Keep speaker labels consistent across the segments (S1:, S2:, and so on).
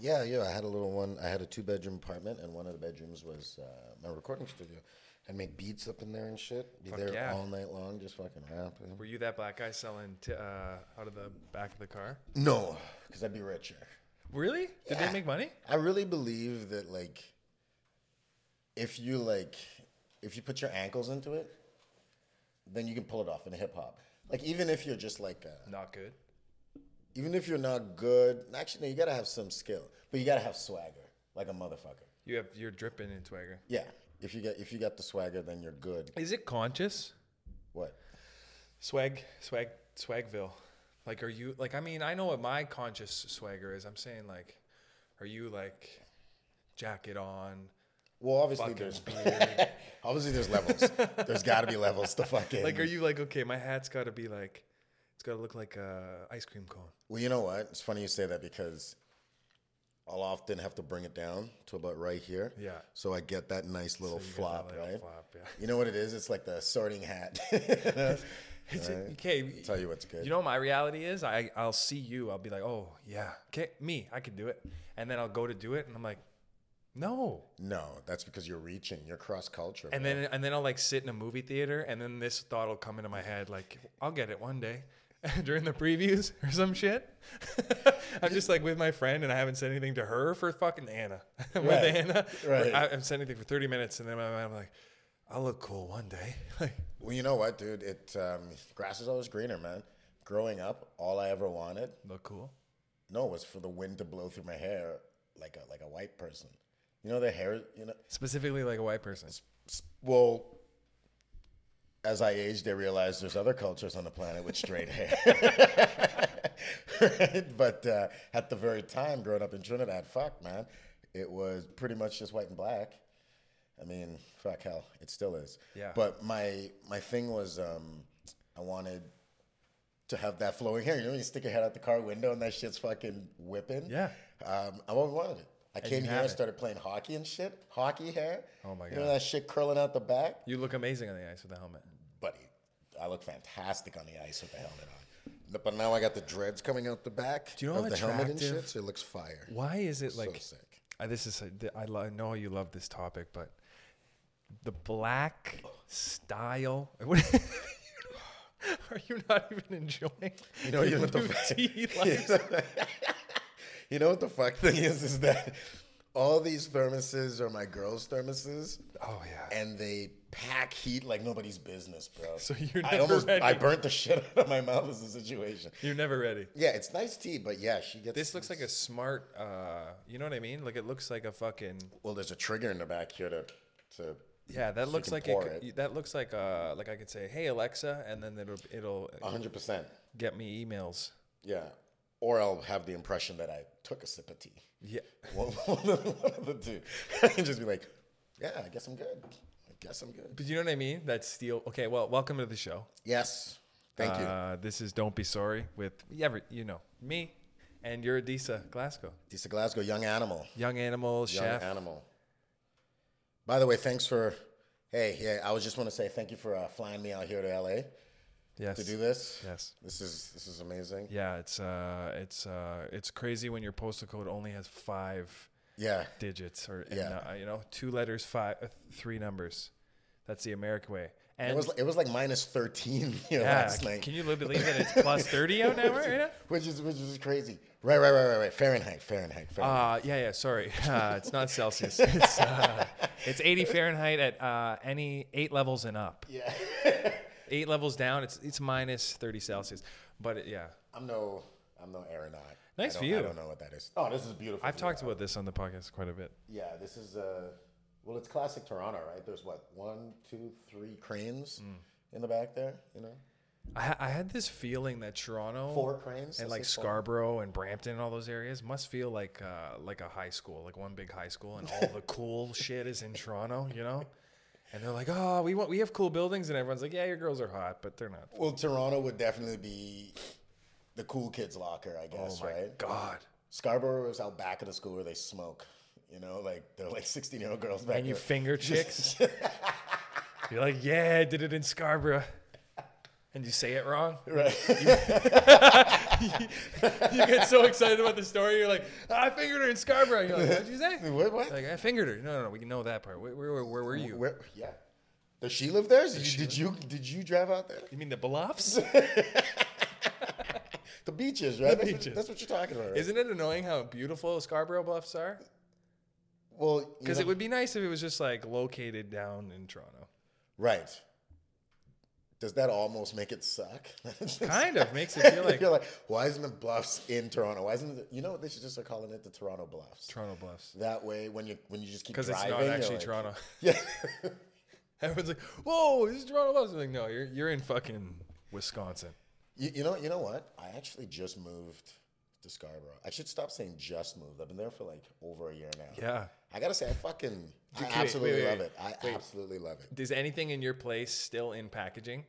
S1: Yeah, yeah. I had a little one. I had a two bedroom apartment, and one of the bedrooms was uh, my recording studio. I'd make beats up in there and shit. Be
S2: Fuck
S1: there
S2: yeah.
S1: all night long, just fucking rapping.
S2: Were you that black guy selling t- uh, out of the back of the car?
S1: No, because I'd be richer.
S2: Really? Did
S1: Yeah.
S2: they make money?
S1: I really believe that like if you like if you put your ankles into it, then you can pull it off in hip hop. Like even if you're just like uh,
S2: Not good.
S1: even if you're not good, actually no, you gotta have some skill, but you gotta have swagger like a motherfucker.
S2: You have you're dripping in swagger.
S1: Yeah, if you get if you got the swagger, then you're good.
S2: Is it conscious?
S1: What?
S2: Swag, swag, swagville. Like, are you like? I mean, I know what my conscious swagger is. I'm saying like, are you like, jacket on,
S1: Well, obviously
S2: fucking
S1: there's
S2: beard?
S1: obviously there's levels. there's got to be levels to fucking.
S2: like, are you like, okay, my hat's got to be like, it's got to look like a ice cream cone.
S1: Well, you know what? It's funny you say that because I'll often have to bring it down to about right here.
S2: Yeah.
S1: So I get that nice little
S2: You get that
S1: flop,
S2: little
S1: right?
S2: Flop, yeah.
S1: You know what it is? It's like the sorting hat.
S2: It's okay.
S1: Tell you what's good.
S2: You know what my reality is? I, I'll see you. I'll be like, oh, yeah. Okay, me. I can do it. And then I'll go to do it. And I'm like, no.
S1: no, that's because you're reaching. You're cross culture.
S2: And then and then I'll like sit in a movie theater. And then this thought will come into my head like, I'll get it one day during the previews or some shit. I'm just like with my friend and I haven't said anything to her for fucking Anna. with
S1: Right,
S2: Anna.
S1: right.
S2: I haven't said anything for 30 minutes. And then in my mind, I'm like, I'll look cool one day. Like,
S1: well, you know what, dude? It um, grass is always greener, man. Growing up, all I ever wanted
S2: look cool.
S1: no was for the wind to blow through my hair like a like a white person. You know the hair. You know
S2: Specifically like a white person.
S1: s- well, as I aged, I realized there's other cultures on the planet with straight hair. Right? But uh, at the very time, growing up in Trinidad, fuck, man, it was pretty much just white and black. I mean, fuck hell, it still is.
S2: Yeah.
S1: But my my thing was, um, I wanted to have that flowing hair. You know, when you stick your head out the car window and that shit's fucking whipping.
S2: Yeah.
S1: Um, I always wanted it. I
S2: you
S1: came here
S2: have
S1: and
S2: it.
S1: started playing hockey and shit. Hockey hair.
S2: Oh my
S1: You know
S2: God.
S1: that shit curling out the back,
S2: You look amazing on the ice with a helmet.
S1: buddy. I look fantastic on the ice with the helmet on. No, But now I got the dreads coming out the back
S2: Do you know
S1: of
S2: how
S1: the helmet and
S2: attractive-
S1: shit, so it looks fire.
S2: Why is it like
S1: so sick.
S2: I, Uh, this is I, lo- I know you love this topic, but the black style. What, are you not even enjoying?
S1: You know, you know what the
S2: UT
S1: fuck.
S2: lifestyle?
S1: you know what the fuck thing is? Is that all these thermoses are my girls' thermoses,
S2: Oh yeah.
S1: and they pack heat like nobody's business, bro.
S2: So you're
S1: I
S2: never
S1: almost I
S2: ready.
S1: burnt the shit out of my mouth as a situation.
S2: You're never ready.
S1: Yeah, it's nice tea, but yeah, she gets
S2: This looks like a smart. Uh, you know what I mean? Like it looks like a fucking.
S1: Well, there's a trigger in the back here to to.
S2: Yeah, that looks
S1: can
S2: like it,
S1: pour
S2: could-
S1: it.
S2: That looks like uh, like I could say, "Hey Alexa," and then it'll it'll
S1: hundred percent.
S2: get me emails.
S1: Yeah. Or I'll have the impression that I took a sip of tea.
S2: Yeah.
S1: One, one of the, one of the two. and just be like, yeah, I guess I'm good. I guess I'm good.
S2: But you know what I mean? That's steel. Okay, well, welcome to the show.
S1: Yes. Thank you.
S2: Uh, this is Don't Be Sorry with, yeah, but you know, me and you're Adisa Glasgow.
S1: Lisa Glasgow, young animal.
S2: Young animal,
S1: Young
S2: chef.
S1: animal. By the way, thanks for. Hey, yeah, I was just want to say thank you for uh, flying me out here to LA
S2: yes.
S1: to do this.
S2: Yes.
S1: This is this is amazing.
S2: Yeah, it's uh, it's uh, it's crazy when your postal code only has five
S1: Yeah.
S2: digits or and,
S1: Yeah.
S2: uh, you know two letters, five, uh, three numbers. That's the American way. And
S1: It was it was like minus 13 here
S2: yeah,
S1: last
S2: can,
S1: night.
S2: can you believe that it's plus thirty out now? Right now?
S1: which is which is crazy. Right, right, right, right, right. Fahrenheit, Fahrenheit, Fahrenheit.
S2: Uh, yeah, yeah. Sorry, uh, it's not Celsius. It's, uh, it's 80 Fahrenheit at uh, any eight levels and up.
S1: yeah,
S2: Eight levels down, it's it's minus 30 Celsius. But it, yeah,
S1: I'm no, I'm no aeronaut.
S2: Nice
S1: I don't-
S2: view.
S1: I don't know what that is. Oh, this is beautiful.
S2: I've
S1: view.
S2: talked about this on the podcast quite a bit.
S1: Yeah, this is. Uh, well, it's classic Toronto, right? There's what one, two, three cranes
S2: Mm.
S1: in the back there. You know,
S2: I, ha- I had this feeling that Toronto
S1: four cranes
S2: and
S1: let's
S2: like
S1: say four.
S2: Scarborough and Brampton and all those areas must feel like uh, like a high school, like one big high school, and all the cool shit is in Toronto, you know. And they're like, oh, we want we have cool buildings, and everyone's like, yeah, your girls are hot, but they're not.
S1: Well, Toronto would definitely be the cool kids' locker, I guess.
S2: oh my
S1: right?
S2: god.
S1: Scarborough is out back of the school where they smoke. You know, like they're like 16 year old girls back
S2: And you
S1: there.
S2: finger chicks. You're like, yeah, I did it in Scarborough. And you say it wrong.
S1: Right.
S2: you get so excited about the story. You're like, I fingered her in Scarborough. You're like, what'd you say?
S1: What? what?
S2: Like, I fingered her. No, no, no. We know that part. Where, where, where were you?
S1: Where, yeah. Does she live there? Did, you, did you did you drive out there?
S2: You mean the Bluffs?
S1: The beaches, right? that's,
S2: beaches.
S1: What, that's what you're talking about. Right?
S2: Isn't it annoying how beautiful Scarborough Bluffs are?
S1: well, you
S2: Because
S1: know-
S2: it would be nice if it was just like located down in Toronto.
S1: right. Does that almost make it suck?
S2: Kind of makes it feel like
S1: you're like, why isn't the Bluffs in Toronto? Why isn't it, you know what they should just start calling it the Toronto Bluffs?
S2: Toronto Bluffs.
S1: That way, when you when you just keep
S2: Because
S1: driving,
S2: it's not
S1: you're
S2: actually
S1: like-
S2: Toronto.
S1: Yeah,
S2: Everyone's like, whoa, this is Toronto Bluffs. I'm like, no, you're, you're in fucking Wisconsin.
S1: you, you know you know what? I actually just moved to Scarborough. I should stop saying just moved. I've been there for like over a year now.
S2: Yeah.
S1: I gotta say, I fucking, I
S2: wait,
S1: absolutely
S2: wait,
S1: love
S2: wait.
S1: it. I absolutely love it.
S2: Is anything in your place still in packaging?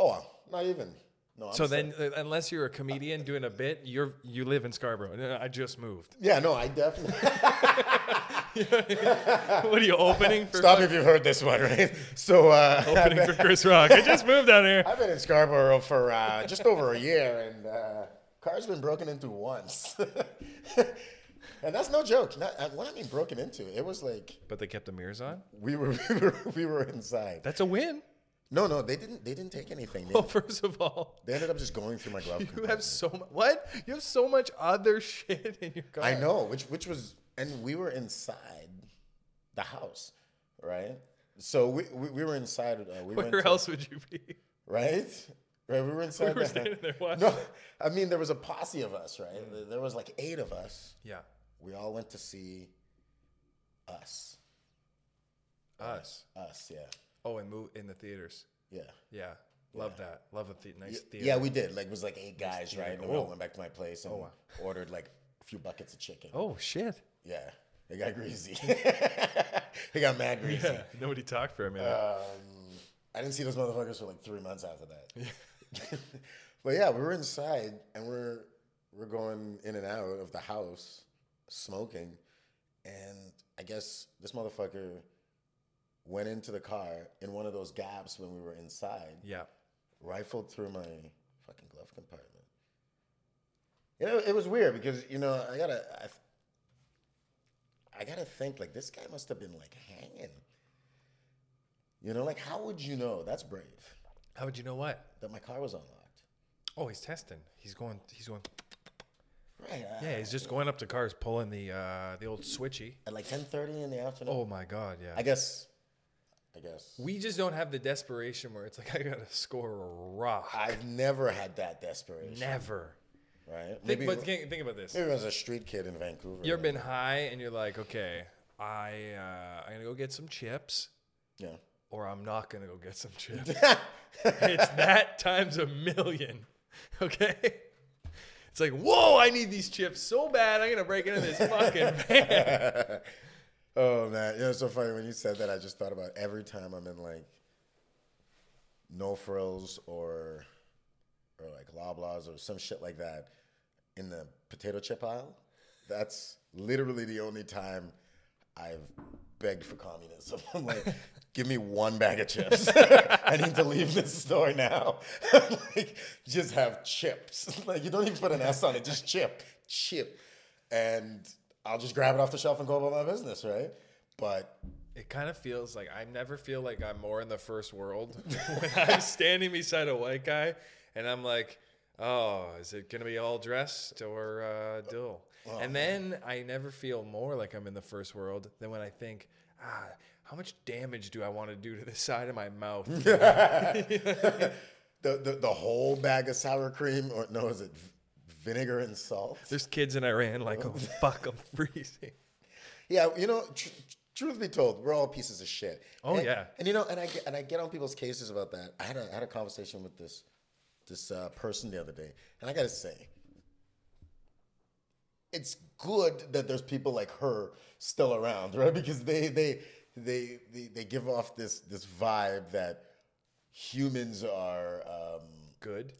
S1: Oh, not even. No. I'm
S2: So
S1: sorry.
S2: then, uh, unless you're a comedian doing a bit, you're you live in Scarborough. No, no, I just moved.
S1: Yeah, no, I definitely.
S2: what are you opening for?
S1: Stop if you've heard this one, right? So uh, I've,
S2: Opening
S1: been,
S2: for Chris Rock. I just moved down here.
S1: I've been in Scarborough for uh, just over a year, and uh, car's been broken into once, and that's no joke. Not, uh, what I mean broken into, it was like
S2: But they kept the mirrors on.
S1: we were we were, we were inside.
S2: That's a win.
S1: No, no, they didn't. They didn't take anything. They,
S2: Well, first of all,
S1: they ended up just going through my glove.
S2: Oh. you
S1: compartment.
S2: have so much. What? You have so much other shit in your car.
S1: I know, which which was, and we were inside the house, right? So we we, we were inside. Uh, we went
S2: Where
S1: to-
S2: else would you be?
S1: right? Right, we were inside.
S2: were
S1: the-
S2: standing there watching.
S1: No, I mean there was a posse of us, right? There- There was like eight of us.
S2: Yeah,
S1: We all went to see us,
S2: us.
S1: us, yeah,
S2: Oh, and move in the theaters.
S1: yeah,
S2: Yeah, love that. Love a the- nice theater.
S1: yeah. We did. Like it was like eight guys, right? And we all
S2: Oh.
S1: went back to my place and ordered like a few buckets of chicken.
S2: Oh shit.
S1: Yeah, it got greasy. it got mad greasy.
S2: Yeah. Uh, Nobody talked for a minute.
S1: Um, I didn't see those motherfuckers for like three months after that. but yeah, we were inside and we're we're going in and out of the house, smoking, and I guess this motherfucker went into the car in one of those gaps when we were inside,
S2: yeah.
S1: rifled through my fucking glove compartment. You know, it was weird because you know I gotta I, th- I gotta think like this guy must have been like hanging. You know, like how would you know? That's brave
S2: How would you know what?
S1: that my car was unlocked.
S2: Oh, he's testing. He's going. He's going.
S1: Right. uh, I-
S2: Yeah, he's just going up to cars, pulling the uh, the old switchy.
S1: At like ten thirty in the afternoon.
S2: Oh my god, yeah.
S1: I guess. I guess.
S2: we just don't have the desperation where it's like I gotta score a rock.
S1: I've never had that desperation.
S2: Never.
S1: Right.
S2: Think,
S1: Maybe.
S2: but think, think about this.
S1: maybe I was a street kid in Vancouver.
S2: You've been high and you're like, okay, I uh, I'm gonna go get some chips,
S1: Yeah.
S2: or I'm not gonna go get some chips. it's that times a million. Okay. It's like, whoa, I need these chips so bad. I'm gonna break into this fucking van.
S1: Oh man, you know it's so funny when you said that. I just thought about every time I'm in like no frills or or like Loblaws or some shit like that in the potato chip aisle. That's literally the only time I've begged for communism. I'm like, give me one bag of chips. I need to leave this store now. like, just have chips. like, you don't even put an S on it. Just chip, chip, and I'll just grab it off the shelf and go about my business, right? But
S2: It kind of feels like I never feel like I'm more in the first world when I'm standing beside a white guy and I'm like, oh, is it going to be all dressed or uh, dill?
S1: Oh,
S2: and then I never feel more like I'm in the first world than when I think, ah, how much damage do I want to do to the side of my mouth?
S1: the, the the whole bag of sour cream, or no, is it v- vinegar and salt?
S2: There's kids in Iran like, oh, fuck, I'm freezing.
S1: Yeah, you know, tr- truth be told, we're all pieces of shit.
S2: Oh,
S1: And-
S2: yeah.
S1: and you know, and I get, and I get on people's cases about that. I had a I had a conversation with this this uh, person the other day, and I gotta say, it's good that there's people like her still around, right? Because they they they they, they give off this this vibe that humans are. Um,
S2: Good.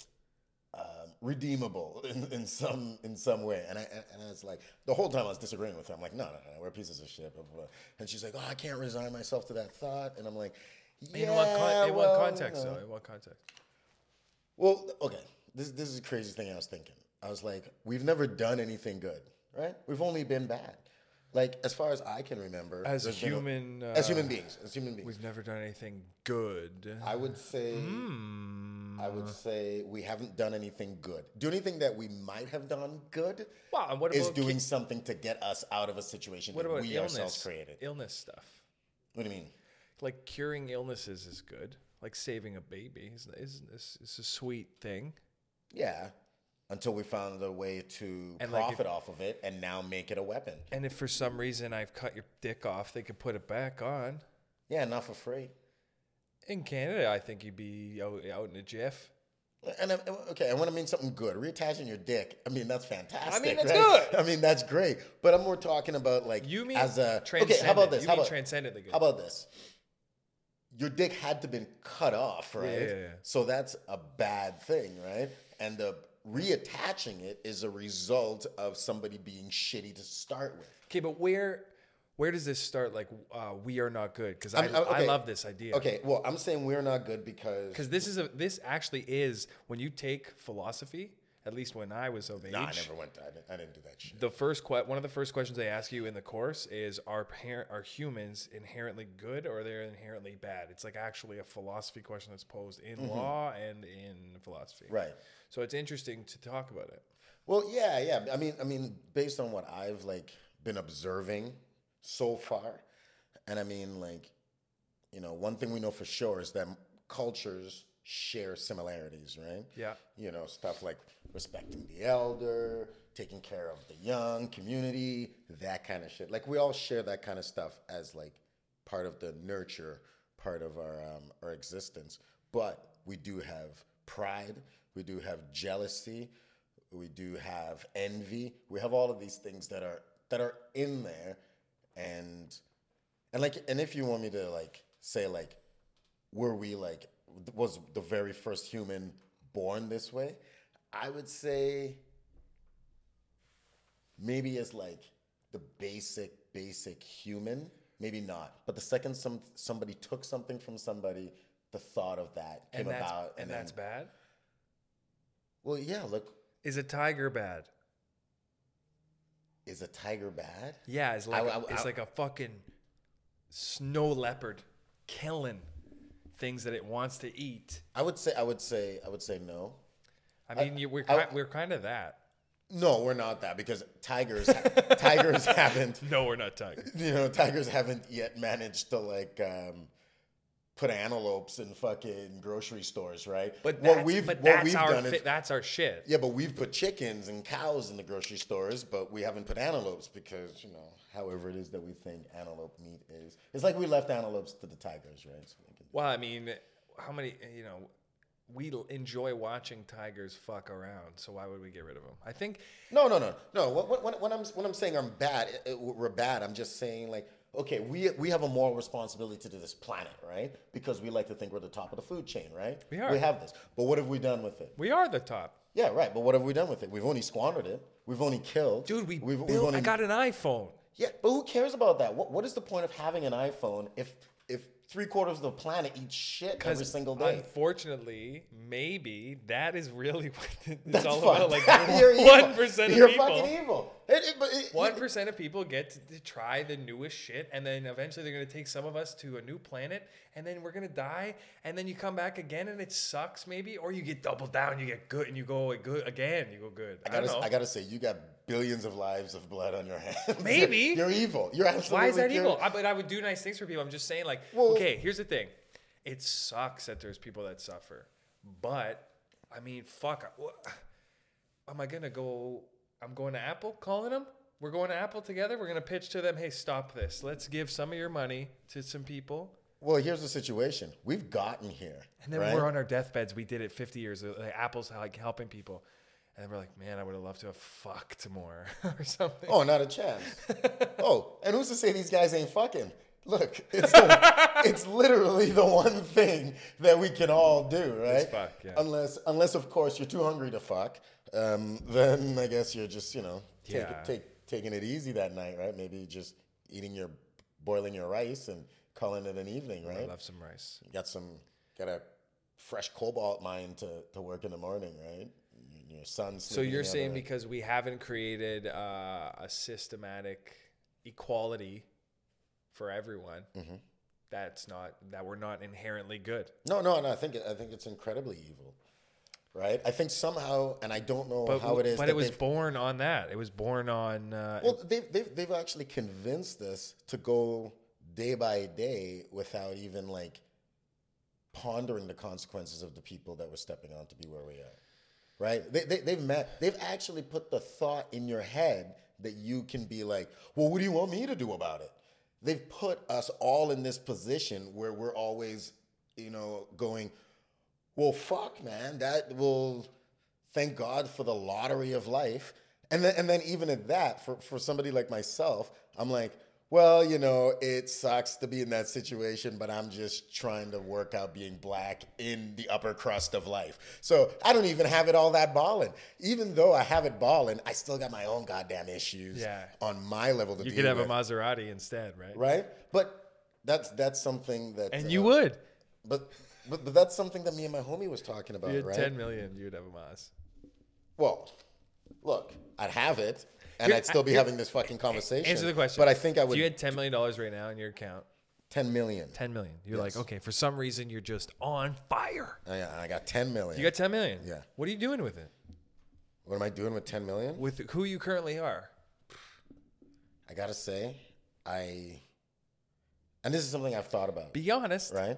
S1: um, redeemable in, in some in some way. And I and- and I was like the whole time I was disagreeing with her. I'm like, no, no, no, we're pieces of shit. Blah, blah, blah. And she's like, oh, I can't resign myself to that thought. And I'm like, yeah,
S2: In what, con- in
S1: well, uh,
S2: what context,
S1: no."
S2: though? In what context?
S1: Well, okay. this this is the craziest thing I was thinking. I was like, we've never done anything good, right? We've only been bad. Like as far as I can remember,
S2: As
S1: there's been a-
S2: human,
S1: as
S2: uh,
S1: human beings, as human beings,
S2: We've never done anything good.
S1: I would say,
S2: Hmm.
S1: I would say we haven't done anything good. Do anything that we might have done good
S2: Wow, and what
S1: is
S2: about
S1: doing something to get us out of a situation
S2: What
S1: that
S2: about
S1: we
S2: illness?
S1: ourselves created.
S2: Illness stuff.
S1: What do you mean?
S2: Like curing illnesses is good. Like saving a baby is is, is, is a sweet thing.
S1: Yeah. Until we found a way to
S2: And, like,
S1: profit off of it and now make it a weapon.
S2: And if for some reason I've cut your dick off, they could put it back on.
S1: Yeah, not for free.
S2: In Canada, I think you'd be out, out in a jiff.
S1: And I'm, okay, I want to mean something good. Reattaching your dick. I mean, that's fantastic.
S2: that's
S1: right? I mean, that's great. But I'm more talking about like
S2: You mean
S1: as a
S2: transcendent?
S1: okay. How about this?
S2: You
S1: how
S2: mean
S1: about
S2: transcendently good?
S1: how about this? Your dick had to been cut off, right?
S2: yeah, yeah.
S1: So that's a bad thing, right? And the reattaching it is a result of somebody being shitty to start with.
S2: okay, but where where does this start? Like, uh, we are not good because I,
S1: I'm- I'm-
S2: I
S1: okay.
S2: love this idea.
S1: Okay, well, I'm saying we're not good because
S2: because this is a this actually is when you take philosophy. At least when I was of age,
S1: Nah, I never went. To, I, didn't, I didn't do that shit.
S2: the first que- one of the first questions they ask you in the course is are parent are humans inherently good or they're inherently bad it's like actually a philosophy question that's posed in law and in philosophy
S1: Mm-hmm. Right.
S2: so it's interesting to talk about it
S1: Well, yeah, yeah. I mean, I mean, based on what I've like been observing so far, and I mean, like, you know, one thing we know for sure is that cultures share similarities, right?
S2: Yeah.
S1: You know, stuff like respecting the elder, taking care of the young, community, that kind of shit. Like we all share that kind of stuff as like part of the nurture, part of our um, our existence. But we do have pride, we do have jealousy, we do have envy. We have all of these things that are that are in there and and like and if you want me to like say like were we like was the very first human born this way i would say maybe as like the basic basic human maybe not but the second some somebody took something from somebody the thought of that came
S2: and that's
S1: about
S2: and,
S1: then-
S2: that's bad
S1: well yeah look
S2: is a tiger bad
S1: is a tiger bad
S2: yeah it's like
S1: I-
S2: a-
S1: I-
S2: it's
S1: I-
S2: like a fucking snow leopard killing things that it wants to eat
S1: i would say i would say i would say no
S2: i mean you, we're,
S1: I-
S2: ki- we're kind of that
S1: no we're not that because tigers tigers haven't
S2: no we're not tigers
S1: you know, tigers haven't yet managed to like um, put antelopes in fucking grocery stores, right?
S2: but
S1: what
S2: that's,
S1: we've
S2: but
S1: what
S2: that's
S1: we've
S2: our
S1: done
S2: fi-
S1: is
S2: that's our shit
S1: yeah, but we've put chickens and cows in the grocery stores, but we haven't put antelopes because you know, however it is that we think antelope meat is, it's like we left antelopes to the tigers, right? So we can-
S2: Well, I mean, how many? You know, we l- enjoy watching tigers fuck around, so why would we get rid of them? I think
S1: No, no, no, no. What, what, what- when I'm when I'm saying I'm bad, uh, uh, we're bad. I'm just saying like, okay, we we have a moral responsibility to this planet, right? Because we like to think we're the top of the food chain, right?
S2: We are.
S1: We have this, but what have we done with it?
S2: we are the top,
S1: Yeah, right. But what have we done with it? We've only squandered it. We've only killed,
S2: dude. We
S1: We've,
S2: built, I got an iPhone.
S1: yeah, but who cares about that? What what is the point of having an iPhone if if three quarters of the planet eats shit every single day?
S2: Unfortunately, maybe that is really what it's
S1: That's
S2: all about.
S1: fucked
S2: Like
S1: up. You're evil.
S2: one percent
S1: You're
S2: of people.
S1: fucking evil. It- it- but it-
S2: One percent of people get to, to try the newest shit, and then eventually they're gonna take some of us to a new planet, and then we're gonna die, and then you come back again, and it sucks maybe, or you get doubled down, you get good, and you go good again, you go good. I,
S1: I
S2: don't know.
S1: gotta, I gotta say, you got billions of lives of blood on your hands.
S2: Maybe.
S1: you're, evil. You're absolutely.
S2: Why is that
S1: pure-
S2: evil? I, but I would do nice things for people. I'm just saying, like,
S1: Well-
S2: okay, here's the thing. It sucks that there's people that suffer, but I mean, fuck. I- wha- Am I gonna go? I'm going to Apple, calling them. We're going to Apple together. We're gonna pitch to them. Hey, stop this. Let's give some of your money to some people,
S1: Well, here's the situation. We've gotten here,
S2: and then
S1: right?
S2: we're on our deathbeds. We did it 50 years. ago. Like, Apple's like helping people, and then we're like, man, I would have loved to have fucked more or something.
S1: Oh, not a chance. oh, and who's to say these guys ain't fucking? Look, it's the, it's literally the one thing that we can all do, right?
S2: fuck, yeah.
S1: Unless, unless of course you're too hungry to fuck, um, then I guess you're just you know take,
S2: Yeah.
S1: take taking it easy that night, right? Maybe just eating your boiling your rice and calling it an evening,
S2: I
S1: right?
S2: love some rice.
S1: got some got a fresh cobalt mine to, to work in the morning, right? Y- Your son's.
S2: So
S1: sleeping
S2: you're
S1: in the
S2: saying
S1: other-
S2: because we haven't created uh, a systematic equality for everyone,
S1: Mm-hmm.
S2: that's not that we're not inherently good.
S1: No, no, no. I think I think it's incredibly evil, right? I think somehow, and I don't know
S2: But,
S1: how it is.
S2: but
S1: that
S2: it was
S1: they've-
S2: born on that. It was born on. Uh,
S1: Well, they've, they've, they've actually convinced us to go day by day without even like pondering the consequences of the people that we're stepping on to be where we are. Right? They, they, they've met, they've actually put the thought in your head that you can be like, well, what do you want me to do about it? They've put us all in this position where we're always, you know, going, well, fuck, man, that will thank God for the lottery of life. And then, and then even at that, for, for somebody like myself, I'm like, well, you know, it sucks to be in that situation, but I'm just trying to work out being black in the upper crust of life. So I don't even have it all that ballin'. Even though I have it ballin', I still got my own goddamn issues
S2: Yeah.
S1: on my level to
S2: you
S1: deal
S2: could have
S1: with,
S2: a Maserati instead, right?
S1: right? But that's that's something that
S2: And
S1: uh,
S2: you would.
S1: but, but but that's something that me and my homie was talking about,
S2: You had
S1: right?
S2: ten million. You'd have a Maz.
S1: Well, look, I'd have it, and
S2: Here-
S1: I'd still be
S2: I-
S1: having this fucking conversation.
S2: Answer the question.
S1: But I think I
S2: If
S1: would
S2: you had ten million dollars right now in your account,
S1: ten million.
S2: ten million. You're like, okay, for some reason you're just on fire.
S1: I, Oh, I got ten million.
S2: You got ten million.
S1: Yeah.
S2: What are you doing with it?
S1: what am I doing with ten million?
S2: With who you currently are?
S1: I gotta say, I, and this is something I've thought about.
S2: Be honest.
S1: right?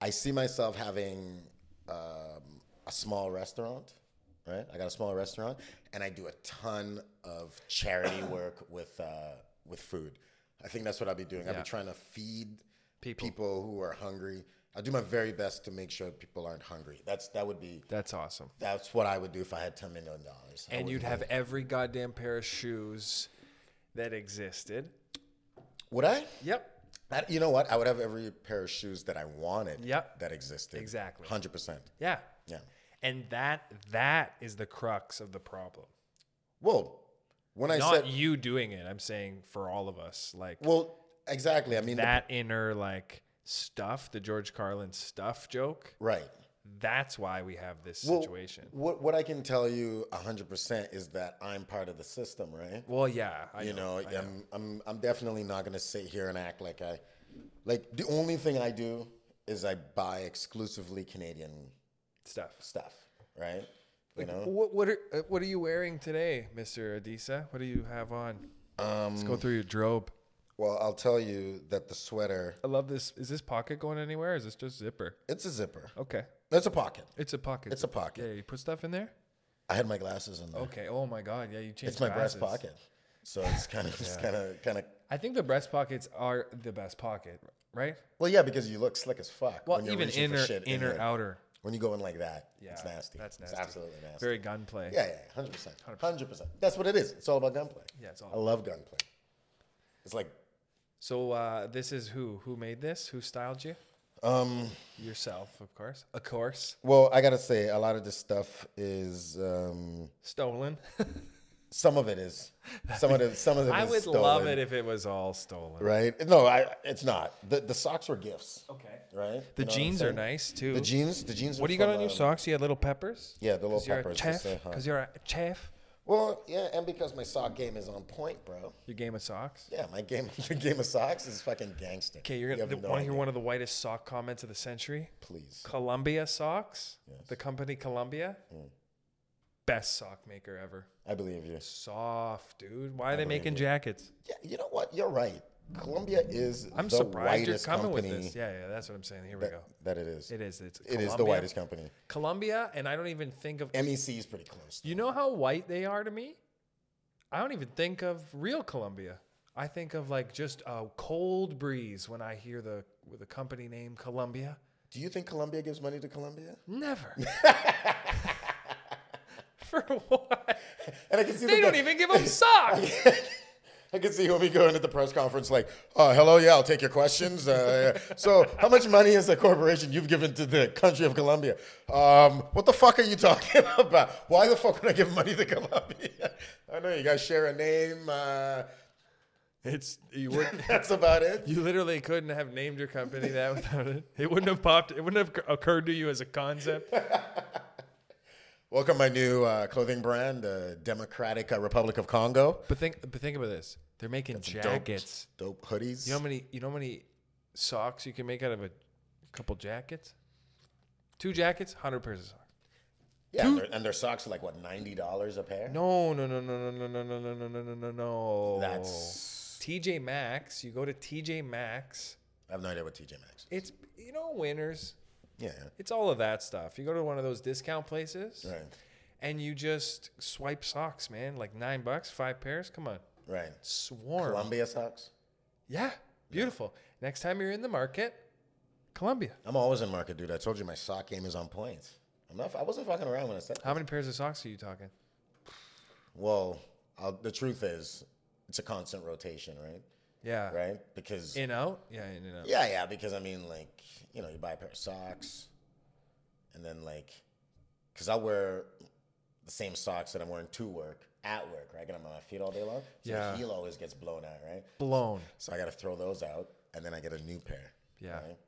S1: I see myself having um, a small restaurant, right? I got a small restaurant, and I do a ton of charity work with uh, with food. I think that's what I'll be doing. I'll
S2: Yeah.
S1: be trying to feed
S2: People.
S1: who are hungry. I'll do my very best to make sure people aren't hungry. That's that would be
S2: That's awesome.
S1: that's what I would do if I had ten million dollars.
S2: and you'd have every goddamn pair of shoes that existed.
S1: Would I?
S2: Yep.
S1: I? You know what? I would have every pair of shoes that I wanted.
S2: Yep.
S1: That existed.
S2: Exactly.
S1: Hundred percent.
S2: Yeah.
S1: Yeah.
S2: And that that is the crux of the problem.
S1: Well, when I
S2: Not
S1: said
S2: you doing it. I'm saying for all of us, like
S1: Well, exactly. I mean, the-
S2: that inner like stuff, the George Carlin stuff joke.
S1: right.
S2: That's why we have this
S1: Well,
S2: situation.
S1: What what I can tell you 100% is that I'm part of the system, right?
S2: Well, yeah. I
S1: you know,
S2: know. I
S1: I'm I'm I'm definitely not going to sit here and act like I like the only thing I do is I buy exclusively Canadian
S2: stuff.
S1: stuff, right? You know.
S2: What what are uh, what are you wearing today, Mister Adisa? What do you have on? Let's
S1: Um,
S2: go through your drobe.
S1: Well, I'll tell you that the sweater,
S2: I love this. Is this pocket going anywhere? Or is this just zipper?
S1: it's a zipper.
S2: Okay.
S1: It's a pocket.
S2: It's a pocket.
S1: It's a pocket.
S2: Yeah, you put stuff in there?
S1: I had my glasses in there.
S2: Okay. Oh my god. Yeah, you changed
S1: It's my breast
S2: glasses.
S1: pocket. So it's kind of it's kind of kind of
S2: I think the breast pockets are the best pocket, right?
S1: Well, yeah, because you look slick as fuck.
S2: Well,
S1: when you're
S2: even
S1: reaching for
S2: inner
S1: shit in
S2: inner
S1: there.
S2: outer.
S1: When you go in like that, it's
S2: Yeah,
S1: nasty.
S2: that's
S1: It's
S2: nasty.
S1: absolutely nasty.
S2: Very gunplay.
S1: yeah, yeah, hundred percent, hundred percent. That's what it is. It's all about gunplay.
S2: Yeah, it's all
S1: I love gunplay. It's like,
S2: So uh, this is who who made this? Who styled you?
S1: um,
S2: Yourself, of course. Of course.
S1: well, I gotta say, a lot of this stuff is, um,
S2: Stolen.
S1: some of it is, some of it, some of it.
S2: I
S1: is
S2: would love it
S1: stolen,
S2: if it was all stolen.
S1: Right? No, I. It's not. The the socks were gifts.
S2: Okay.
S1: Right.
S2: The
S1: You know what I'm
S2: jeans are
S1: saying?
S2: nice too.
S1: The jeans. The jeans.
S2: What
S1: are
S2: do you got
S1: from,
S2: on your
S1: um,
S2: socks? You had little peppers.
S1: Yeah, the little
S2: 'Cause you're a
S1: peppers.
S2: chef.
S1: Just say hi.
S2: Because you're a chef.
S1: Well, yeah, and because my sock game is on point, bro.
S2: Your game of socks.
S1: Yeah, my game, the game of socks is fucking gangster.
S2: Okay, you're
S1: You
S2: gonna
S1: have no
S2: want to
S1: idea.
S2: hear one of the whitest sock comments of the century.
S1: Please,
S2: Columbia socks, the company Columbia,
S1: Mm.
S2: best sock maker ever.
S1: I believe you.
S2: Soft, dude. Why are they making jackets?
S1: Yeah, you know what? You're right. Columbia is
S2: I'm
S1: the
S2: surprised you're
S1: whitest
S2: coming with
S1: company
S2: this. Yeah, yeah, that's what I'm saying. Here we go.
S1: that it is.
S2: It is. It's
S1: It is the
S2: Columbia.
S1: whitest company.
S2: Columbia, and I don't even think of.
S1: MEC is pretty close.
S2: You know how white they are to me. I don't even think of real Columbia. I think of like just a cold breeze when I hear the the company name Columbia.
S1: Do you think Columbia gives money to Columbia?
S2: Never. For what?
S1: And I can see
S2: They
S1: the
S2: don't
S1: guy-
S2: even give them socks.
S1: I can see Homie going at the press conference like, uh, "Hello, yeah, I'll take your questions." Uh, so, how much money is the corporation you've given to the country of Colombia? Um, what the fuck are you talking about? Why the fuck would I give money to Colombia? I know you guys share a name. Uh,
S2: It's you would
S1: That's about it.
S2: you literally couldn't have named your company that without it. It wouldn't have popped. It wouldn't have occurred to you as a concept.
S1: Welcome my new uh, clothing brand, uh, Democratic uh, Republic of Congo.
S2: But think but think about this. They're making
S1: Dope-
S2: jackets.
S1: dope, hoodies.
S2: You know how many? You know how many socks you can make out of a couple jackets? Two jackets, hundred pairs of socks.
S1: yeah, and their, and their socks are like what ninety dollars a pair.
S2: No, no, no, no, no, no, no, no, no, no, no, no, no.
S1: That's
S2: TJ Maxx. You go to TJ Maxx.
S1: I have no idea what TJ Maxx. Is.
S2: It's you know winners.
S1: Yeah,
S2: It's all of that stuff. You go to one of those discount places,
S1: right,
S2: and you just swipe socks, man. Like nine bucks, five pairs. Come on,
S1: right.
S2: swarm.
S1: Columbia socks.
S2: Yeah, beautiful. Next time you're in the market, Columbia.
S1: I'm always in market, dude. I told you my sock game is on point. I'm not. I wasn't fucking around when I said.
S2: How many pairs of socks are you talking?
S1: Well, I'll, the truth is, it's a constant rotation, right?
S2: Yeah.
S1: Right? Because
S2: In out? Yeah, in and out.
S1: Yeah, yeah, because I mean, like, you know, you buy a pair of socks, and then like, because I wear the same socks that I'm wearing to work at work, right? And I'm on my feet all day long. So
S2: Yeah.
S1: the heel always gets blown out, right?
S2: Blown.
S1: So I got to throw those out, and then I get a new pair.
S2: Yeah.
S1: Right?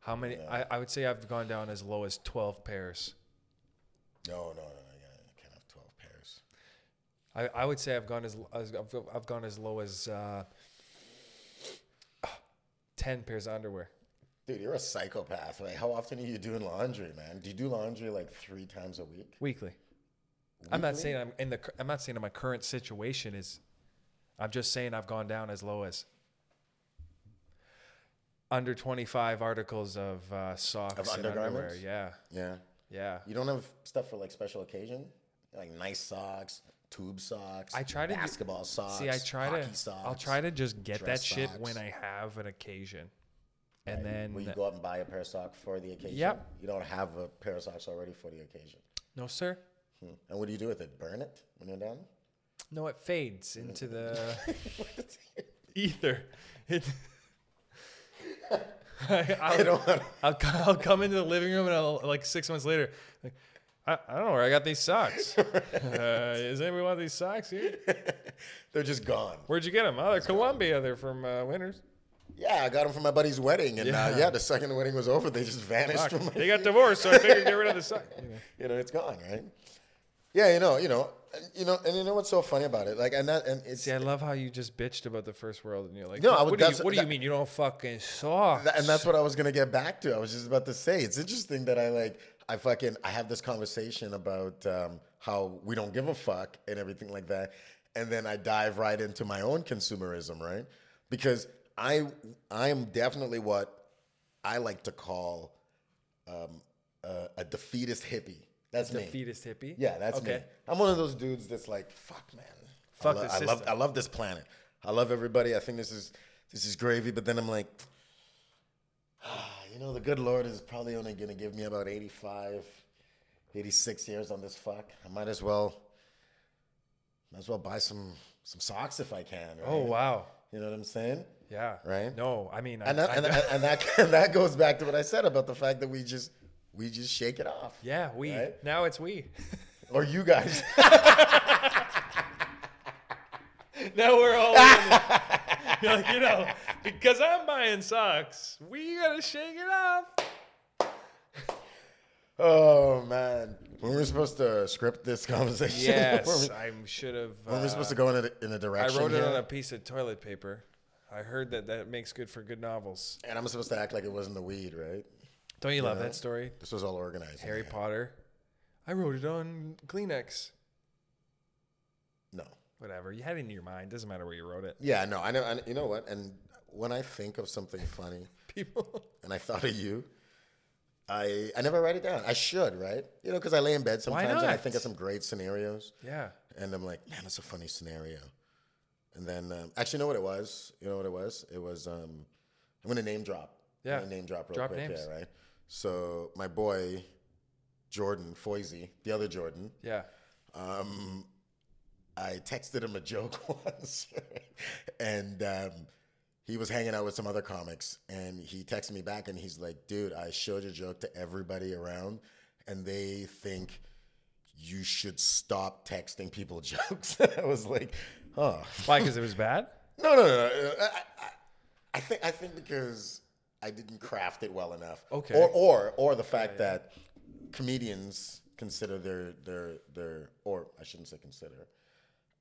S2: How many? I, I would say I've gone down as low as 12 pairs.
S1: No, no, no, no. I gotta- I can't have twelve pairs.
S2: I, I would say I've gone as, l- as I've, go- I've gone as low as uh, 10 pairs of underwear.
S1: Dude, you're a psychopath. Like, how often are you doing laundry, man? Do you do laundry like three times a week?
S2: Weekly. I'm not saying I'm in the cur- I'm not saying that my current situation is I'm just saying I've gone down as low as under 25 articles of uh, socks and underwear.
S1: undergarments?
S2: Yeah.
S1: Yeah.
S2: Yeah.
S1: You don't have stuff for like special occasion, like nice socks, tube socks.
S2: I try to do-
S1: basketball socks.
S2: See, I try
S1: hockey
S2: to.
S1: Socks.
S2: I'll try to just get that
S1: dress
S2: shit
S1: socks.
S2: when I have an occasion, and
S1: Will you
S2: then
S1: go out and buy a pair of socks for the occasion?
S2: Yep.
S1: You don't have a pair of socks already for the occasion.
S2: no, sir,
S1: Hmm. And what do you do with it? Burn it when you're done?
S2: no, it fades into the ether. It. I,
S1: I don't. wanna-
S2: will I'll come into the living room and I'll like six months later, like, I, I don't know where I got these socks. uh, does anybody want these socks here?
S1: They're just gone.
S2: Where'd you get them? Oh, they're Columbia. They're from uh, Winners.
S1: Yeah, I got them from my buddy's wedding, and yeah,
S2: Yeah.
S1: uh, yeah the second wedding was over. They just vanished
S2: Fuck,
S1: from my.
S2: They got divorced, so I figured get rid of the socks. you know.
S1: you know, it's gone, right? Yeah, you know, you know, and- you know, and you know what's so funny about it? Like, and that, and it's
S2: See, I love how you just bitched about the first world, and you're like,
S1: No,
S2: "What-
S1: I would-
S2: What, do you,
S1: that's-
S2: what do you
S1: that-
S2: mean you don't fucking saw?
S1: Th- and that's what I was gonna get back to. I was just about to say it's interesting that I like I fucking I have this conversation about um, how we don't give a fuck and everything like that, and then I dive right into my own consumerism, right? Because I I am definitely what I like to call um, uh, a defeatist hippie. That's me.
S2: Defeatist hippie.
S1: Yeah, that's me.
S2: okay.
S1: I'm one of those dudes that's like, fuck, man.
S2: Fuck
S1: I, lo-
S2: the
S1: I love,
S2: system.
S1: I love this planet. I love everybody. I think this is this is gravy. But then I'm like, ah, you know, the good Lord is probably only gonna give me about 85, 86 years on this fuck. I might as well, might as well buy some some socks if I can. Right?
S2: Oh wow.
S1: you know what I'm saying?
S2: Yeah.
S1: Right?
S2: No, I mean, I,
S1: And that,
S2: I-
S1: and, and, and that and that goes back to what I said about the fact that we just we just shake it off.
S2: yeah, we
S1: Right?
S2: now it's we.
S1: Or you guys.
S2: now we're all. in it. You're like, you know, because I'm buying socks, we gotta shake it off.
S1: Oh man, when we're supposed to script this conversation?
S2: Yes,
S1: when
S2: I should have.
S1: we're
S2: uh,
S1: supposed to go in a, in a
S2: I
S1: direction.
S2: wrote it
S1: here,
S2: on a piece of toilet paper. I heard that that makes good for good novels.
S1: and I'm supposed to act like it wasn't the weed, right?
S2: Don't you love that story?
S1: This was all organized.
S2: Harry Potter. I wrote it on Kleenex.
S1: No.
S2: Whatever. You had it in your mind. Doesn't matter where you wrote it.
S1: Yeah, no. I know. I, you know what? And when I think of something funny,
S2: People.
S1: and I thought of you, I I never write it down. I should, right? You know, because I lay in bed sometimes and I
S2: not?
S1: think of some great scenarios.
S2: Yeah.
S1: and I'm like, man, that's a funny scenario. And then, um, actually, you know what it was? You know what it was? It was um, I'm gonna name drop. I'm
S2: Yeah.
S1: gonna name drop real
S2: Drop
S1: quick.
S2: names.
S1: Yeah, right. So my boy Jordan Foisey, the other Jordan,
S2: Yeah.
S1: um, I texted him a joke once, and um, he was hanging out with some other comics, and he texted me back, and he's like, "Dude, I showed your joke to everybody around, and they think you should stop texting people jokes." I was like, "Oh,
S2: Why? Because it was bad.
S1: No, no, no. no. Uh, I, I, I think I think because I didn't craft it well enough.
S2: Okay.
S1: Or or or the fact that comedians consider their their their or I shouldn't say consider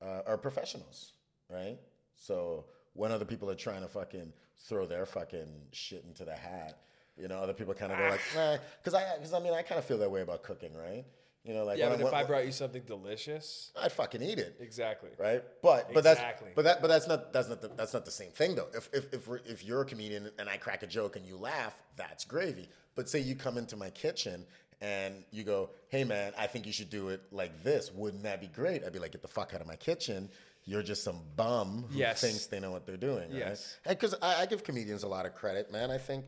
S1: uh, are professionals, right? So when other people are trying to fucking throw their fucking shit into the hat, you know, other people kind of go like,
S2: Ah.
S1: because I because I mean I kind of feel that way about cooking, right? You know, like
S2: Yeah,
S1: when
S2: but if I
S1: when-
S2: brought you something delicious,
S1: I'd fucking eat it
S2: exactly.
S1: right? But but
S2: Exactly.
S1: that's but that but that's not that's not the, that's not the same thing though. If if if, we're, if you're a comedian and I crack a joke and you laugh, that's gravy. But say you come into my kitchen and you go, "Hey man, I think you should do it like this." Wouldn't that be great? I'd be like, "Get the fuck out of my kitchen." You're just some bum who
S2: Yes.
S1: thinks they know what they're doing,
S2: Yes.
S1: Because I, I give comedians a lot of credit, man. I think,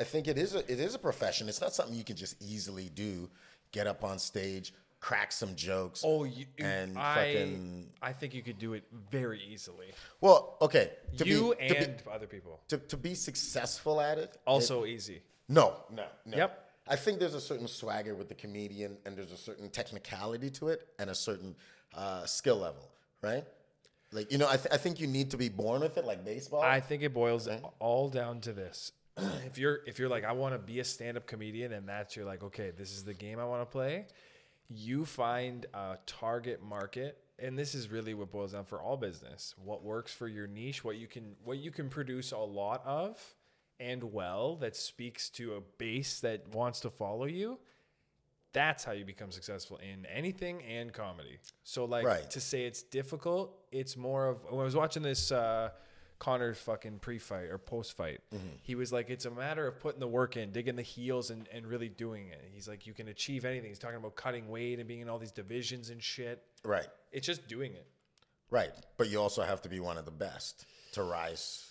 S1: I think it is a it is a profession. It's not something you can just easily do. Get up on stage, crack some jokes.
S2: Oh, you,
S1: And
S2: I,
S1: fucking-
S2: I think you could do it very easily.
S1: Well, okay. To
S2: you
S1: be, to be-
S2: and other people.
S1: to, to be successful at it
S2: Also easy.
S1: no no no
S2: Yep.
S1: i think there's a certain swagger with the comedian and there's a certain technicality to it and a certain uh, skill level right like you know I, th- I think you need to be born with it like baseball
S2: I think it boils
S1: Mm-hmm.
S2: all down to this. if you're if you're like I want to be a stand-up comedian and that's you're like okay, this is the game I want to play, you find a target market and this is really what boils down for all business. What works for your niche, what you can what you can produce a lot of and well that speaks to a base that wants to follow you. That's how you become successful in anything and comedy. So like
S1: Right.
S2: to say it's difficult, it's more of when I was watching this uh Connor's fucking pre-fight or post-fight.
S1: Mm-hmm.
S2: He was like, it's a matter of putting the work in, digging the heels, and, and really doing it. He's like, you can achieve anything. He's talking about cutting weight and being in all these divisions and shit.
S1: right
S2: It's just doing it.
S1: right but you also have to be one of the best to rise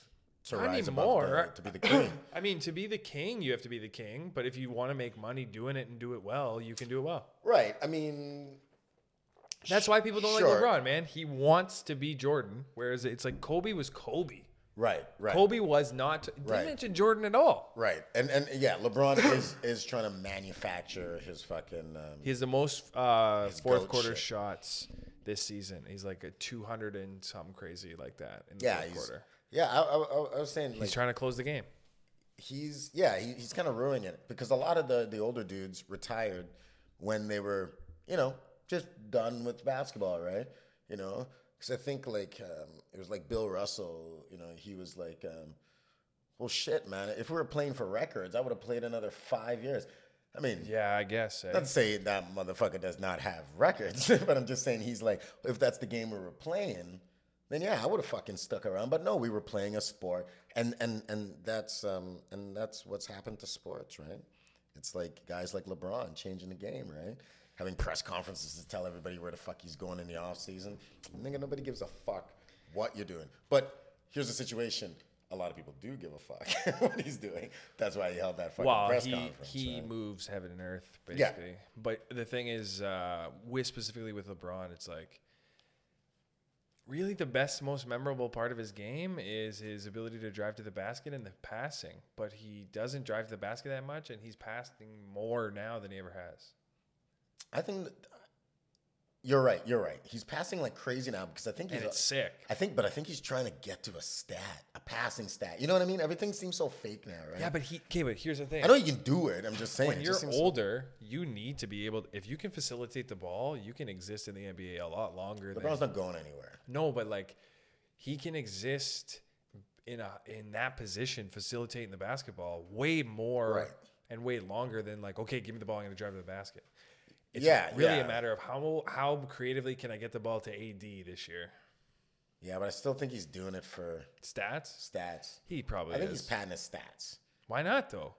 S1: to
S2: I mean,
S1: rise above
S2: more.
S1: the, to be the king
S2: I mean, to be the king, you have to be the king. But if you want to make money doing it and do it well, you can do it well.
S1: right i mean
S2: That's why people don't
S1: Sure.
S2: like LeBron, man. He wants to be Jordan, whereas it's like Kobe was Kobe.
S1: right right
S2: Kobe was not. Didn't
S1: Right.
S2: mention Jordan at all.
S1: right and and yeah lebron is is trying to manufacture his fucking um,
S2: He has the most uh, fourth
S1: goat
S2: quarter
S1: shit.
S2: shots this season. He's like a 200 and something crazy like that in the
S1: yeah
S2: fourth
S1: he's,
S2: quarter.
S1: yeah I, I, I was saying like,
S2: He's trying to close the game.
S1: he's yeah he, he's kind of ruining it because a lot of the the older dudes retired when they were you know just done with basketball right you know because i think like um, it was like bill russell you know he was like um, well shit man if we were playing for records i would have played another five years i mean
S2: Yeah, I guess. eh?
S1: not to say that motherfucker does not have records, but I'm just saying he's like, if that's the game we were playing, then yeah, I would have fucking stuck around. But no, we were playing a sport, and and and that's um and that's what's happened to sports, right? It's like guys like LeBron changing the game, right? Having press conferences to tell everybody where the fuck he's going in the off season. Nigga, nobody gives a fuck what you're doing. But here's the situation. A lot of people do give a fuck what he's doing. That's why he held that fucking
S2: Well,
S1: press
S2: he,
S1: conference.
S2: he
S1: right?
S2: moves heaven and earth,
S1: Yeah.
S2: basically. But the thing is, uh, with specifically with LeBron, it's like really the best, most memorable part of his game is his ability to drive to the basket and the passing. But he doesn't drive to the basket that much, and he's passing more now than he ever has.
S1: I think that- you're right. You're right. He's passing like crazy now because I think
S2: And it's
S1: he's.
S2: sick.
S1: I think, but I think he's trying to get to a stat, a passing stat. You know what I mean? Everything seems so fake now, right?
S2: Yeah, but he okay, but here's the thing.
S1: I know you can do it. I'm just saying.
S2: when
S1: it
S2: you're
S1: just seems so-
S2: older, you need to be able if you can facilitate the ball, you can exist in the NBA a lot longer than
S1: LeBron's not going anywhere.
S2: No, but like he can exist in a in that position facilitating the basketball way more
S1: Right.
S2: and way longer than like okay, give me the ball, I'm gonna drive to the basket. It's
S1: Yeah,
S2: really
S1: yeah.
S2: a matter of how how creatively can I get the ball to AD this year?
S1: Yeah, but I still think he's doing it for
S2: Stats?
S1: stats.
S2: He probably
S1: I think
S2: is.
S1: he's patenting his stats.
S2: Why not though?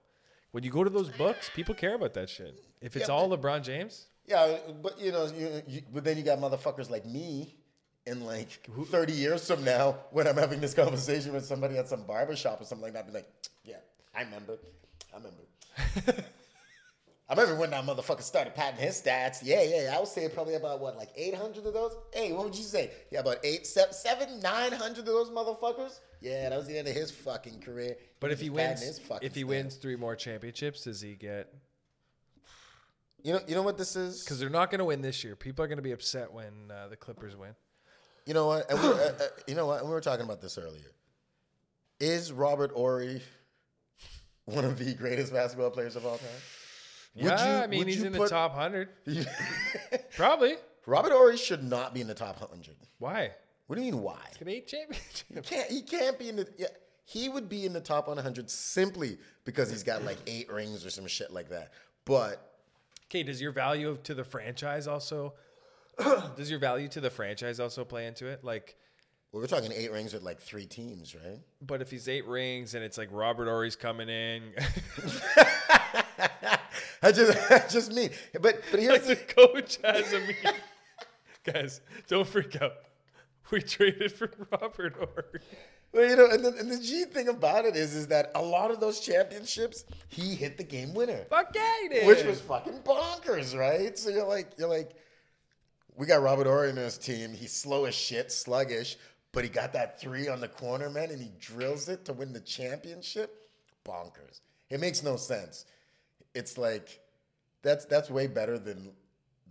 S2: When you go to those books, people care about that shit. If it's all LeBron James,
S1: Yeah, but you know, you, you, but then you got motherfuckers like me. In like 30 years from now, when I'm having this conversation with somebody at some barber shop or something like that, I'd be like, yeah, I remember. I remember. I remember when that motherfucker started patting his stats. Yeah, yeah, yeah. I would say probably about what, like 800 of those? Hey, what would you say? Yeah, about eight, seven, seven 900 of those motherfuckers? Yeah, that was the end of his fucking career.
S2: but if
S1: was
S2: he
S1: patting
S2: wins,
S1: fucking
S2: if he
S1: stats.
S2: wins three more championships, does he get
S1: You know, you know what this is?
S2: Because they're not going to win this year. People are going to be upset when uh, the Clippers win.
S1: You know what? And we, uh, uh, you know what? And we were talking about this earlier. Is Robert Ory one of the greatest basketball players of all time?
S2: yeah,
S1: you-
S2: I mean
S1: would
S2: he's
S1: you
S2: in the
S1: put-
S2: top hundred. Probably.
S1: Robert Ory should not be in the top hundred.
S2: Why?
S1: What do you mean? Why?
S2: Got eight championships.
S1: Can't he can't be in the? Yeah, he would be in the top 100 simply because he's got like eight rings or some shit like that. But
S2: Okay, does your value to the franchise also? does your value to the franchise also play into it? Like,
S1: we we're talking eight rings with like three teams, right?
S2: but if he's eight rings and it's like Robert Ory's coming in,
S1: I just, I just mean. But but here's
S2: like the
S1: the,
S2: coach has a meeting. Guys, don't freak out. We traded for Robert Ory.
S1: well, you know, and the, and the G thing about it is, is that a lot of those championships, he hit the game winner.
S2: Fuck yeah, he did.
S1: which was fucking bonkers, right? So you're like, you're like, we got Robert Ory in this team. He's slow as shit, sluggish, but he got that three on the corner, man, and he drills it to win the championship. Bonkers. It makes no sense. It's like that's that's way better than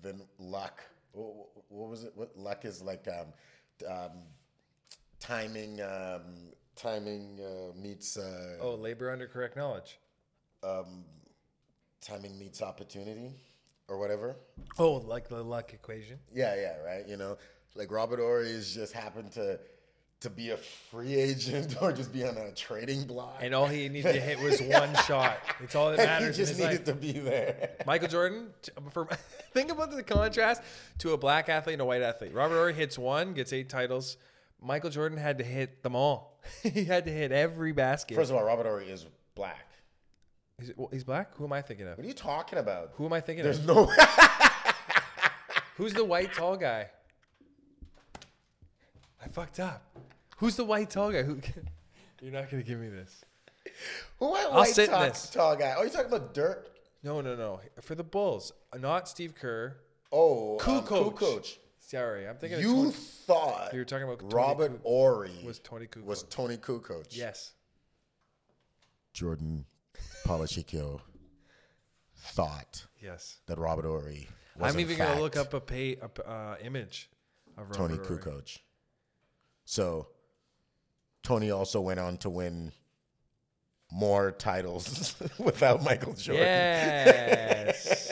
S1: than luck. Wha- wha- What, was it? What luck is like? Um, um, timing, um, timing uh, meets uh,
S2: oh, labor under correct knowledge.
S1: timing meets opportunity, or whatever.
S2: Oh, like the luck equation.
S1: Yeah, yeah, right. You know, like Robert Ory has just happened to to be a free agent or just be on a trading block.
S2: And all he needed to hit was one shot. It's all that
S1: And he
S2: matters. in
S1: just
S2: his life.
S1: needed to be there.
S2: Michael Jordan, t- for think about the contrast to a black athlete and a white athlete. Robert Ory hits one, gets eight titles. Michael Jordan had to hit them all. he had to hit every basket.
S1: First of all, Robert Ory is black.
S2: he's, well, he's black. Who am I thinking of?
S1: What are you talking about?
S2: Who am I thinking
S1: There's
S2: of?
S1: no
S2: Who's the white tall guy? I fucked up. Who's the white tall guy? Who? You're not gonna give me this.
S1: who are white
S2: sit in
S1: tall,
S2: this.
S1: tall guy? Oh, you talking about Dirk?
S2: No, no, no. For the Bulls, not Steve Kerr.
S1: Oh, um,
S2: Cool coach.
S1: coach.
S2: Sorry, I'm thinking. of
S1: You
S2: Tony,
S1: thought
S2: you were talking about Tony
S1: Robert
S2: Kukoc.
S1: Ory
S2: was Tony Kukoc.
S1: was Tony Kukoc.
S2: yes.
S1: Jordan Polichico thought
S2: Yes.
S1: that Robert Ory. Was
S2: I'm
S1: in
S2: even gonna look
S1: fact
S2: up a pay a p uh, image of
S1: Tony
S2: Robert Ory.
S1: Kukoc. So Tony also went on to win more titles without Michael Jordan.
S2: Yes.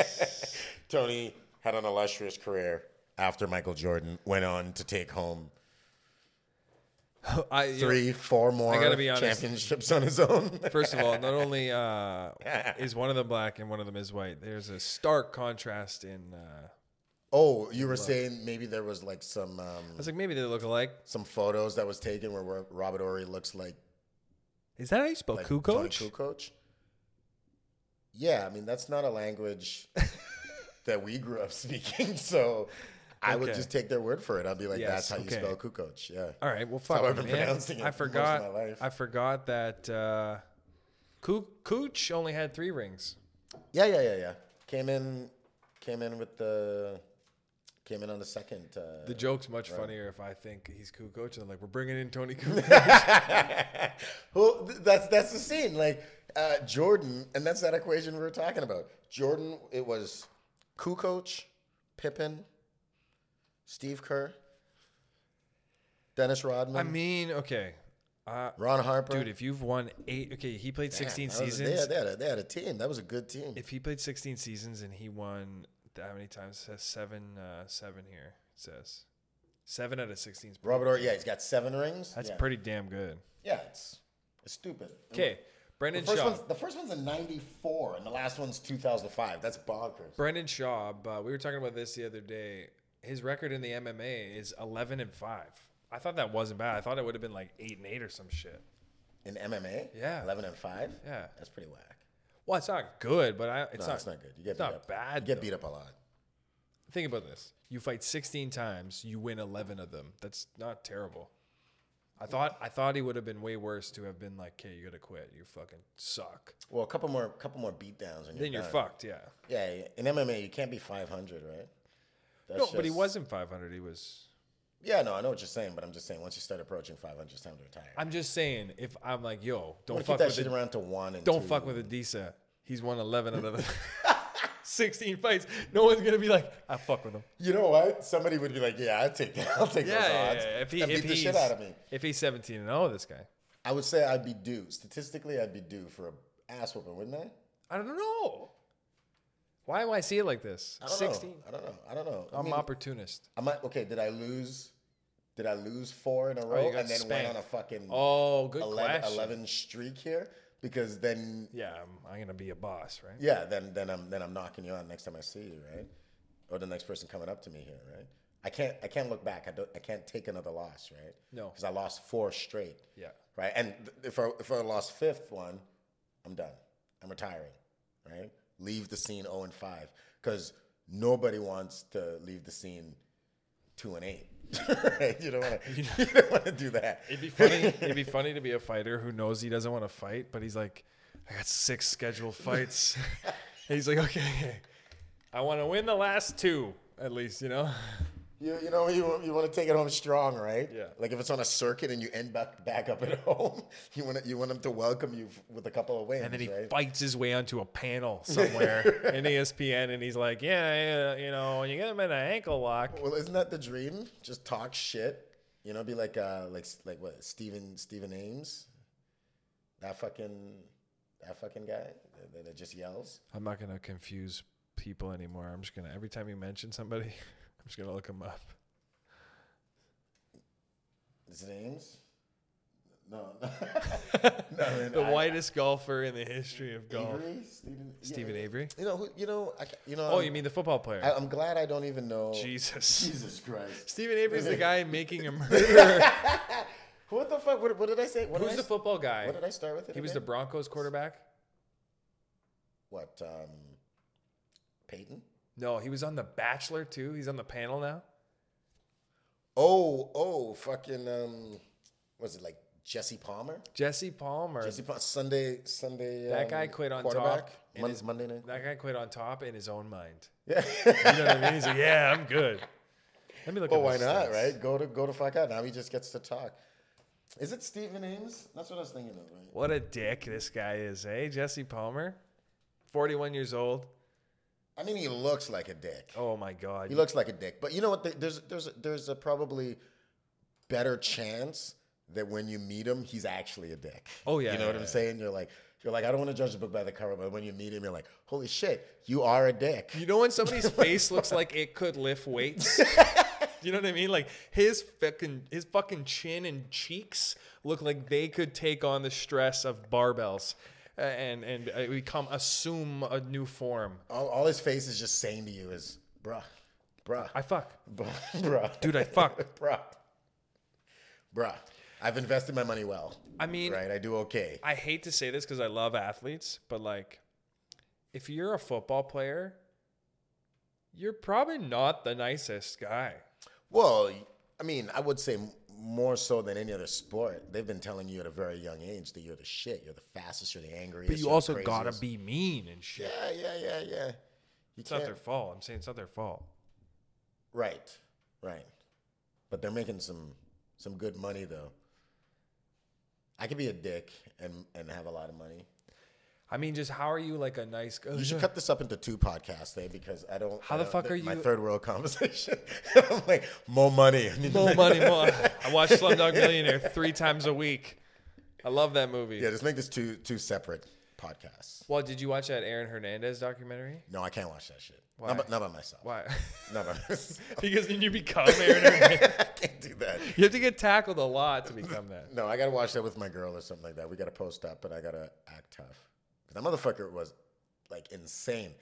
S1: Tony had an illustrious career after Michael Jordan went on to take home
S2: I, you know,
S1: three, four more
S2: gotta be honest.
S1: championships on his own.
S2: first of all, not only uh, is one of them black and one of them is white. There's a stark contrast in. Uh,
S1: oh, you were saying maybe there was like some
S2: I
S1: um,
S2: was like, maybe they look alike.
S1: some photos that was taken where Ro- Robert Ory looks like
S2: Is that how you spell
S1: like Tony
S2: Kukoc?
S1: Kukoc. Yeah, I mean that's not a language that we grew up speaking, so I would
S2: Okay.
S1: just take their word for it. I'd be like,
S2: Yes,
S1: "That's how you
S2: okay.
S1: spell Kukoc." Yeah,
S2: All right. Well, fuck.
S1: how I've been
S2: man.
S1: pronouncing it
S2: I
S1: most of
S2: forgot.
S1: my life.
S2: I forgot that uh, Ku- Kuch only had three rings.
S1: yeah, yeah, yeah, yeah. Came in, came in with the, came in on the second. Uh,
S2: The joke's much funnier if I think he's Kukoc and I'm like, we're bringing in Tony Kukoc.
S1: well, th- that's that's the scene, like uh, Jordan, and that's that equation we were talking about. Jordan, it was Kukoc, Pippen, Steve Kerr, Dennis Rodman.
S2: I mean, okay. Uh,
S1: Ron Harper.
S2: Dude, if you've won eight, okay, he played
S1: Man,
S2: 16
S1: that was-
S2: seasons.
S1: They had, they, had a, they had a team. That was a good team.
S2: If he played 16 seasons and he won that many times, it says seven, uh, seven here. It says seven out of 16. 's-
S1: Robert Ory, yeah, he's got seven rings.
S2: That's
S1: yeah.
S2: pretty damn good.
S1: Yeah, it's, it's stupid.
S2: Okay,
S1: The
S2: Brendan
S1: first,
S2: Shaw.
S1: one's, the first one's a 94, and the last one's 2005. That's bonkers.
S2: Brendan Shaw. Uh, we were talking about this the other day. His record in the MMA is 11 and five. I thought that wasn't bad. I thought it would have been like eight and eight or some shit.
S1: In MMA?
S2: Yeah.
S1: 11 and 5?
S2: Yeah.
S1: That's pretty whack.
S2: Well, it's not good, but I, it's,
S1: No,
S2: not,
S1: it's not good. You get
S2: it's
S1: beat
S2: not
S1: up.
S2: bad,
S1: You get
S2: though.
S1: beat up a lot.
S2: Think about this. You fight 16 times, you win 11 of them. That's not terrible. I thought I thought he would have been way worse to have been like, "Okay, you got to quit. You fucking suck."
S1: Well, a couple more, couple more beatdowns, and you're
S2: Then you're
S1: done.
S2: fucked, yeah.
S1: Yeah, yeah. in MMA you can't be 500, right? That's
S2: no, but he
S1: just-
S2: wasn't 500. He was
S1: Yeah, no, I know what you're saying, but I'm just saying once you start approaching 500, it's time to retire.
S2: I'm just saying if I'm like, "Yo,
S1: I'm
S2: don't
S1: gonna keep
S2: fuck
S1: that
S2: with
S1: shit
S2: the,
S1: around to one and
S2: don't
S1: two.
S2: fuck with Adisa. He's won 11 out of the 16 fights. No one's gonna be like, I fuck with him.
S1: You know what? Somebody would be like, "Yeah, I'd take that. I'll take those odds
S2: If he
S1: and
S2: if
S1: beat the
S2: he's,
S1: shit out of me."
S2: if he's 17 and 0, this guy.
S1: I would say I'd be due. Statistically, I'd be due for a ass whooping, wouldn't I?
S2: I don't know. Why do I see it like this?
S1: I don't
S2: 16.
S1: Know. I don't know. I don't know. I
S2: I'm
S1: mean,
S2: opportunist.
S1: I might. Okay, did I lose? Did I lose four in a row
S2: Oh, you got
S1: and then went
S2: spanked.
S1: on a fucking
S2: Oh, good
S1: 11,
S2: question.
S1: 11 streak here? Because then,
S2: Yeah, I'm, I'm gonna be a boss, right?
S1: yeah, then then I'm then I'm knocking you out next time I see you, right? Or the next person coming up to me here, right? I can't I can't look back. I don't I can't take another loss, right?
S2: No.
S1: because I lost four straight.
S2: Yeah.
S1: right? And th- if I if I lost fifth one, I'm done. I'm retiring, right? Leave the scene zero and five because nobody wants to leave the scene two and eight. right? You don't want to. You don't want to do that.
S2: It'd be funny. it'd be funny to be a fighter who knows he doesn't want to fight, but he's like, I got six scheduled fights. And he's like, okay, I want to win the last two at least, you know.
S1: You, you know you want, you want to take it home strong, right?
S2: Yeah.
S1: Like if it's on a circuit and you end back back up at home, you want you want them to welcome you f- with a couple of wins,
S2: And then he
S1: right?
S2: fights his way onto a panel somewhere in E ESPN, and he's like, yeah, yeah, you know, you get him in an ankle lock.
S1: Well, isn't that the dream? Just talk shit. You know, be like uh like like what Stephen Stephen Ames, that fucking that fucking guy that, that just yells.
S2: I'm not gonna confuse people anymore. I'm just gonna every time you mention somebody, I'm just gonna look him up.
S1: Is it Ames? No, no, man,
S2: The
S1: I-
S2: whitest golfer in the history of golf,
S1: Avery? Stephen yeah,
S2: Stephen
S1: yeah.
S2: Avery.
S1: You know who? You know I, ca- you know.
S2: Oh, you mean the football player?
S1: I, I'm glad I don't even know.
S2: Jesus.
S1: Jesus Christ!
S2: Stephen Avery's the guy making a murder.
S1: What the fuck? What, what did I say? What did
S2: Who's
S1: I
S2: the
S1: s-
S2: football guy?
S1: What did I start with?
S2: He was the
S1: again?
S2: Broncos quarterback.
S1: what? Um, Peyton.
S2: No, he was on The Bachelor too. He's on the panel now.
S1: Oh, oh, fucking um, was it like Jesse Palmer?
S2: Jesse Palmer.
S1: Jesse Palmer Sunday, Sunday.
S2: That
S1: um,
S2: guy quit on
S1: quarterback?
S2: top in
S1: Mon-
S2: his-
S1: Monday night.
S2: That guy quit on top in his own mind.
S1: Yeah.
S2: You know what I mean? He's like, yeah, I'm good. Let me look.
S1: but
S2: up
S1: why
S2: his
S1: not?
S2: stats.
S1: Right? Go to go to fuck out. Now he just gets to talk. Is it Stephen Ames? That's what I was thinking of. Right?
S2: What a dick this guy is, eh? Jesse Palmer, 41 years old.
S1: I mean, he looks like a dick.
S2: Oh my God.
S1: He looks like a dick. But you know what? There- There's there's there's a probably better chance that when you meet him, he's actually a dick.
S2: Oh, yeah,
S1: You know
S2: yeah,
S1: what I'm
S2: yeah.
S1: saying? You're like you're like I don't want to judge the book by the cover, but when you meet him, you're like, holy shit, you are a dick.
S2: You know when somebody's face looks like it could lift weights? you know what I mean? Like his fucking his fucking chin and cheeks look like they could take on the stress of barbells uh, and and uh, become assume a new form.
S1: all, all his face is just saying to you is, bruh, bruh,
S2: I fuck.
S1: bruh, bruh,
S2: Dude, I fuck.
S1: bruh, bruh. I've invested my money well,
S2: I mean,
S1: right? I do okay.
S2: I hate to say this cuz I love athletes, but like if you're a football player, you're probably not the nicest guy.
S1: Well, I mean, I would say m- more so than any other sport, they've been telling you at a very young age that you're the shit. You're the fastest. You're the angriest.
S2: But you
S1: you're the
S2: also got to
S1: craziest.
S2: be mean and shit.
S1: Yeah, yeah, yeah, yeah. You
S2: It's not
S1: can't.
S2: their fault. I'm saying it's not their fault.
S1: Right, right. But they're making some some good money though. I could be a dick and and have a lot of money.
S2: I mean, just how are you like a nice guy?
S1: You should cut this up into two podcasts, there, because I don't.
S2: Oh, How
S1: I
S2: the
S1: don't-
S2: fuck are
S1: My
S2: you-
S1: third world conversation. I'm like more money. I need to
S2: more
S1: make-
S2: money, more. I watch Slumdog Millionaire three times a week. I love that movie.
S1: Yeah, just make this two two separate podcasts.
S2: Well, did you watch that Aaron Hernandez documentary?
S1: No, I can't watch that shit. Not, by, not by myself.
S2: Why?
S1: Not by myself.
S2: because then you become Aaron Hernandez.
S1: I can't do that.
S2: You have to get tackled a lot to become that.
S1: No, I gotta watch that with my girl or something like that. We gotta post up, but I gotta act tough. 'Cause that motherfucker was like insane,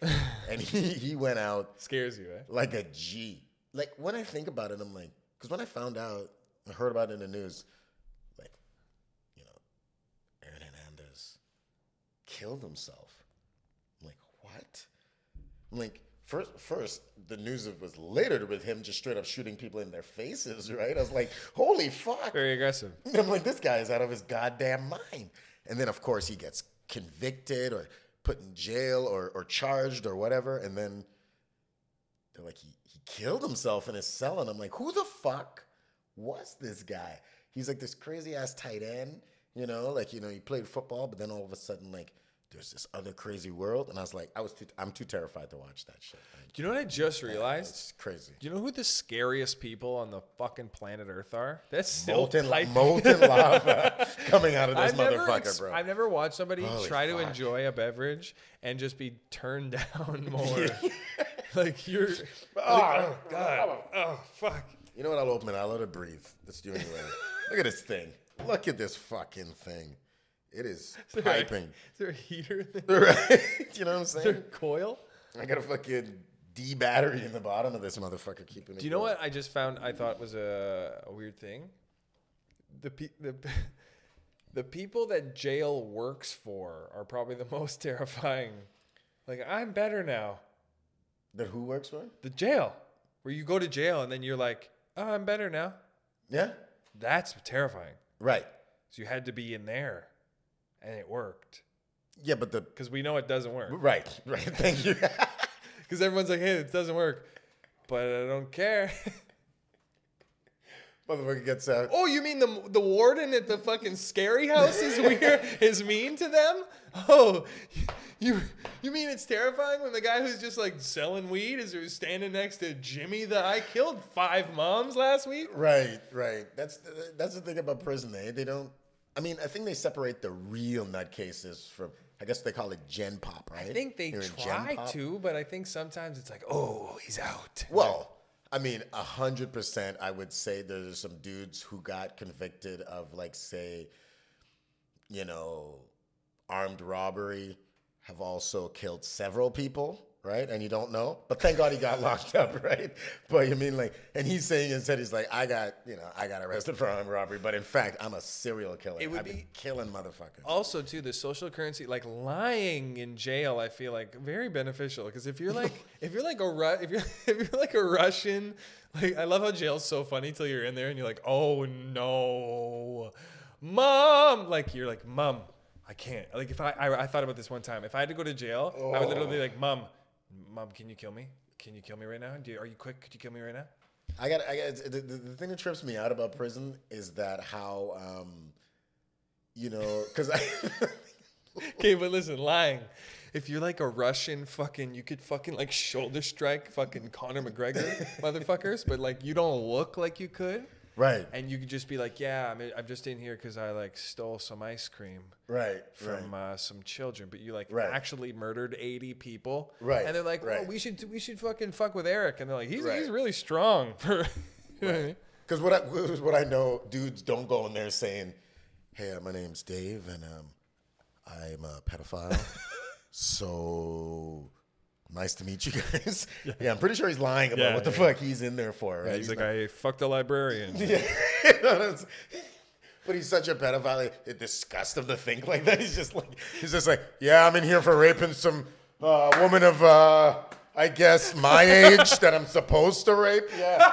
S1: and he he went out
S2: Scares you, eh?
S1: like a G. Like when I think about it, I'm like, because when I found out, I heard about it in the news, like, you know, Aaron Hernandez killed himself. I'm like, what? I'm like, first, first the news was littered with him just straight up shooting people in their faces, right? I was like, holy fuck!
S2: Very aggressive.
S1: I'm like, this guy is out of his goddamn mind. And then, of course, he gets convicted or put in jail or, or charged or whatever. And then they're like, he, he killed himself in his cell. And I'm like, who the fuck was this guy? He's like this crazy ass tight end, you know, like, you know, he played football, but then all of a sudden, like, there's this other crazy world, and I was like, I was too, I'm too terrified to watch that shit. Like,
S2: Do you know what I just realized?
S1: it's crazy.
S2: Do you know who the scariest people on the fucking planet Earth are? That's still
S1: Molten,
S2: type-
S1: molten lava coming out of this
S2: I've never,
S1: motherfucker,
S2: ex-
S1: bro.
S2: I've never watched somebody
S1: Holy
S2: try to
S1: fuck.
S2: enjoy a beverage and just be turned down more. like you're,
S1: Ah,
S2: God, oh fuck.
S1: You know what? I'll open it. I'll let it breathe. Let's do it anyway. Look at this thing. Look at this fucking thing. It is
S2: Is there a-
S1: piping.
S2: Is there a heater? In there?
S1: Right? you know what I'm
S2: Is there
S1: saying?
S2: a coil?
S1: I got a fucking D battery in the bottom of this motherfucker keeping it.
S2: Do you know what I just found? I thought was a, a weird thing. The pe- the the people that jail works for are probably the most terrifying. Like I'm better now.
S1: That who works for?
S2: The jail, where you go to jail and then you're like, oh, I'm better now.
S1: Yeah.
S2: That's terrifying.
S1: Right.
S2: So you had to be in there, and it worked
S1: Yeah, but the
S2: because we know it doesn't work.
S1: right, right. Thank you.
S2: Because everyone's like, hey, it doesn't work, but I don't care.
S1: motherfucker gets out.
S2: Oh, you mean the the warden at the fucking scary house is weird, is mean to them? Oh, you you mean it's terrifying when the guy who's just like selling weed is who's standing next to Jimmy the I killed five moms last week?
S1: Right, right. That's that's the thing about prison. They they don't. I mean, I think they separate the real nutcases from. I guess they call it gen pop, right?
S2: I think they
S1: You're in gen
S2: try
S1: pop?
S2: to, but I think sometimes it's like, oh, he's out.
S1: Well, I mean, a hundred percent. I would say there's some dudes who got convicted of, like, say, you know, armed robbery, have also killed several people, right? And you don't know, but thank God he got locked up, right? But you mean like, and he's saying instead, he's like, I got, you know, I got arrested for armed robbery, but in fact, I'm a serial killer.
S2: It would
S1: I've been
S2: be-
S1: killing motherfuckers.
S2: also too the social currency like lying in jail i feel like very beneficial because if you're like if you're like a Ru- if you're if you're like a russian like i love how jail's so funny till you're in there and you're like oh no mom like you're like mom i can't like if i i, I thought about this one time if i had to go to jail i would literally be like mom mom can you kill me can you kill me right now Do you, are you quick could you kill me right now
S1: I got. I got. The, the, the thing that trips me out about prison is that how, um, you know, because I.
S2: Okay, but listen, lying. If you're like a Russian fucking, you could fucking like shoulder strike fucking Conor McGregor motherfuckers, but like you don't look like you could.
S1: Right.
S2: And you could just be like, yeah, I'm, I'm just in here because I like stole some ice cream
S1: Right.
S2: from
S1: right.
S2: uh, some children, but you like
S1: Right.
S2: actually murdered 80 people.
S1: Right,
S2: And they're like, oh,
S1: right.
S2: we should, we should fucking fuck with Eric. And they're like, he's,
S1: Right.
S2: he's really strong for. you know what I mean?
S1: Because what I what I know, dudes don't go in there saying, "Hey, uh, my name's Dave, and um, I'm a pedophile." so nice to meet you guys. Yeah, I'm pretty sure he's lying about
S2: Yeah,
S1: what the
S2: yeah.
S1: fuck he's in there for, right?
S2: He's like, I fucked a librarian.
S1: You know what I'm saying? But he's such a pedophile. like, It disgusts him to think like that. He's just like, he's just like, yeah, I'm in here for raping some uh, woman of, uh, I guess, my age that I'm supposed to rape. Yeah,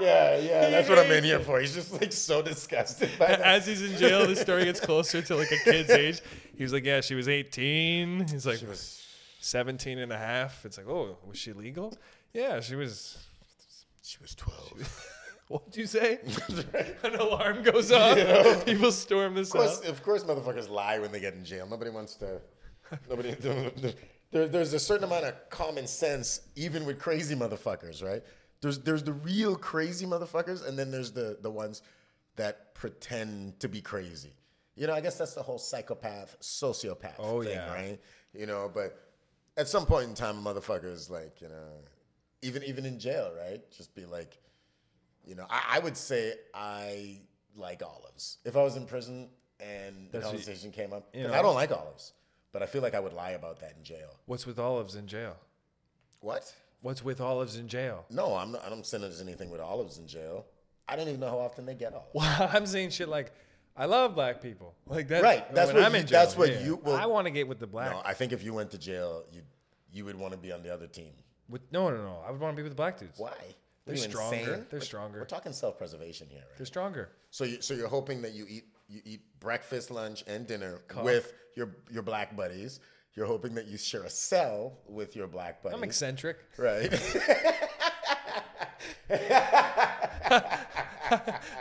S1: yeah, yeah. That's what I'm in here for. He's just like so disgusted by that.
S2: As he's in jail, the story gets closer to like a kid's age. He was like, Yeah, she was 18. He's like,
S1: was-
S2: 17 and a half. It's like, Oh, was she legal? Yeah, she was.
S1: She was 12.
S2: What'd you say? An alarm goes off. People storm this
S1: Of course,
S2: house.
S1: of course, motherfuckers lie when they get in jail. Nobody wants to. Nobody. there, there's a certain amount of common sense, even with crazy motherfuckers, right? There's there's the real crazy motherfuckers, and then there's the the ones that pretend to be crazy. You know, I guess that's the whole psychopath, sociopath
S2: Oh,
S1: thing,
S2: yeah.
S1: right? You know, but at some point in time, a motherfucker is like, you know, even even in jail, right? Just be like, you know, I, I would say I like olives. If I was in prison and the
S2: That's what you-
S1: conversation came up,
S2: you
S1: 'cause
S2: know.
S1: I don't like olives, but I feel like I would lie about that in jail.
S2: What's with olives in jail?
S1: What?
S2: What's with olives in jail?
S1: No, I'm not. I don't send us anything with olives in jail. I don't even know how often they get olives.
S2: Well, I'm saying shit like, I love black people. Like that.
S1: Right, that's
S2: when
S1: what
S2: I'm
S1: you-
S2: in jail,
S1: that's what
S2: yeah.
S1: you- well-
S2: I want to get with the black.
S1: No, I think if you went to jail, you you would want to be on the other team.
S2: with, no, no, no. I would want to be with the black dudes.
S1: Why?
S2: They're
S1: Are you
S2: stronger.
S1: insane?
S2: They're
S1: We're-
S2: stronger.
S1: We're talking self-preservation here, right?
S2: They're stronger.
S1: So, you, so you're hoping that you eat you eat breakfast, lunch, and dinner with your your black buddies. You're hoping that you share a cell with your black buddies.
S2: I'm eccentric.
S1: Right.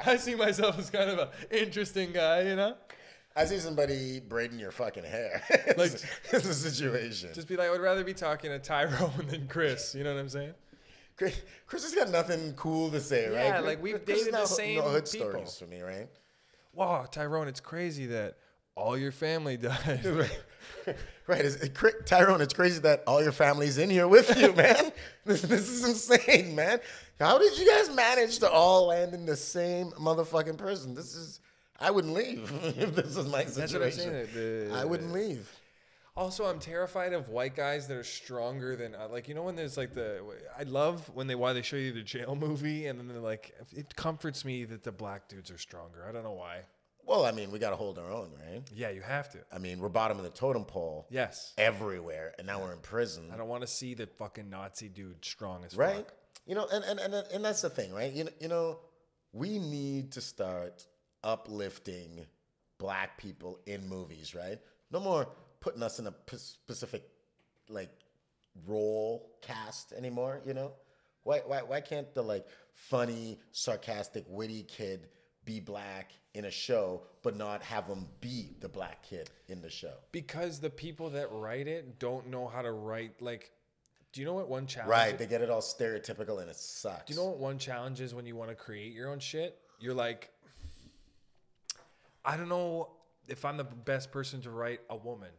S2: I see myself as kind of an interesting guy, you know?
S1: I see somebody braiding your fucking hair.
S2: Like-
S1: like, this is a situation.
S2: Just be like, I would rather be talking to Tyrone than Chris. You know what I'm saying?
S1: Chris, Chris has got nothing cool to say, right?
S2: Yeah,
S1: Chris-
S2: like, we've
S1: Chris
S2: dated
S1: has
S2: the
S1: no-
S2: same
S1: no hood
S2: people.
S1: stories for me, right?
S2: Wow, Tyrone, it's crazy that all your family died.
S1: right, it's, it, cra- Tyrone, it's crazy that all your family's in here with you, man. This, this is insane, man. How did you guys manage to all land in the same motherfucking person? This is, I wouldn't leave if this was my
S2: That's what I'm
S1: situation.
S2: saying. the-
S1: I wouldn't leave.
S2: Also, I'm terrified of white guys that are stronger than uh, like you know when there's like the I love when they why they show you the jail movie and then they're like it comforts me that the black dudes are stronger. I don't know why.
S1: Well, I mean, we got to hold our own, right?
S2: Yeah, you have to.
S1: I mean, we're bottom of the totem pole
S2: Yes,
S1: everywhere, and now we're in prison.
S2: I don't want to see the fucking Nazi dude strong as
S1: right?
S2: fuck.
S1: You know, and, and and and that's the thing, right? You know, you know, we need to start uplifting black people in movies, right? No more putting us in a p- specific like role cast anymore. You know, why why why can't the like funny, sarcastic, witty kid be black in a show, but not have him be the black kid in the show?
S2: Because the people that write it don't know how to write. Like, do you know what one challenge?
S1: Right? They get it all stereotypical, and it sucks.
S2: You know what one challenge is when you want to create your own shit? You're like, I don't know if I'm the best person to write a woman.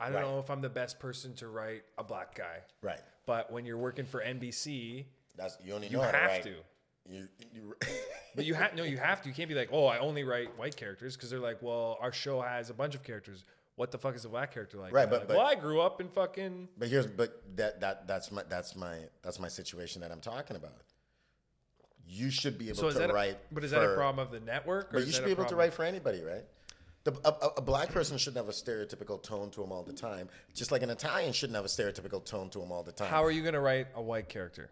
S2: I don't
S1: Right.
S2: know if I'm the best person to write a black guy.
S1: right?
S2: But when you're working for NBC,
S1: That's you only
S2: you
S1: know how
S2: have
S1: write.
S2: to.
S1: You, you,
S2: But you have no, you have to. You can't be like, oh, I only write white characters because they're like, well, our show has a bunch of characters. What the fuck is a black character like?
S1: Right,
S2: And they're
S1: but-
S2: like, well, I
S1: but-
S2: grew up in fucking
S1: but here's but that that that's my that's my that's my situation that I'm talking about. You should be able
S2: so is
S1: to
S2: that a,
S1: write.
S2: but is that a
S1: for-
S2: problem of the network? Or
S1: But
S2: is
S1: you
S2: that
S1: should
S2: a
S1: be able to
S2: problem-
S1: write for anybody, right? The, a, a, a black person shouldn't have a stereotypical tone to him all the time, just like an Italian shouldn't have a stereotypical tone to him all the time.
S2: How
S1: How,
S2: are you gonna write a white character?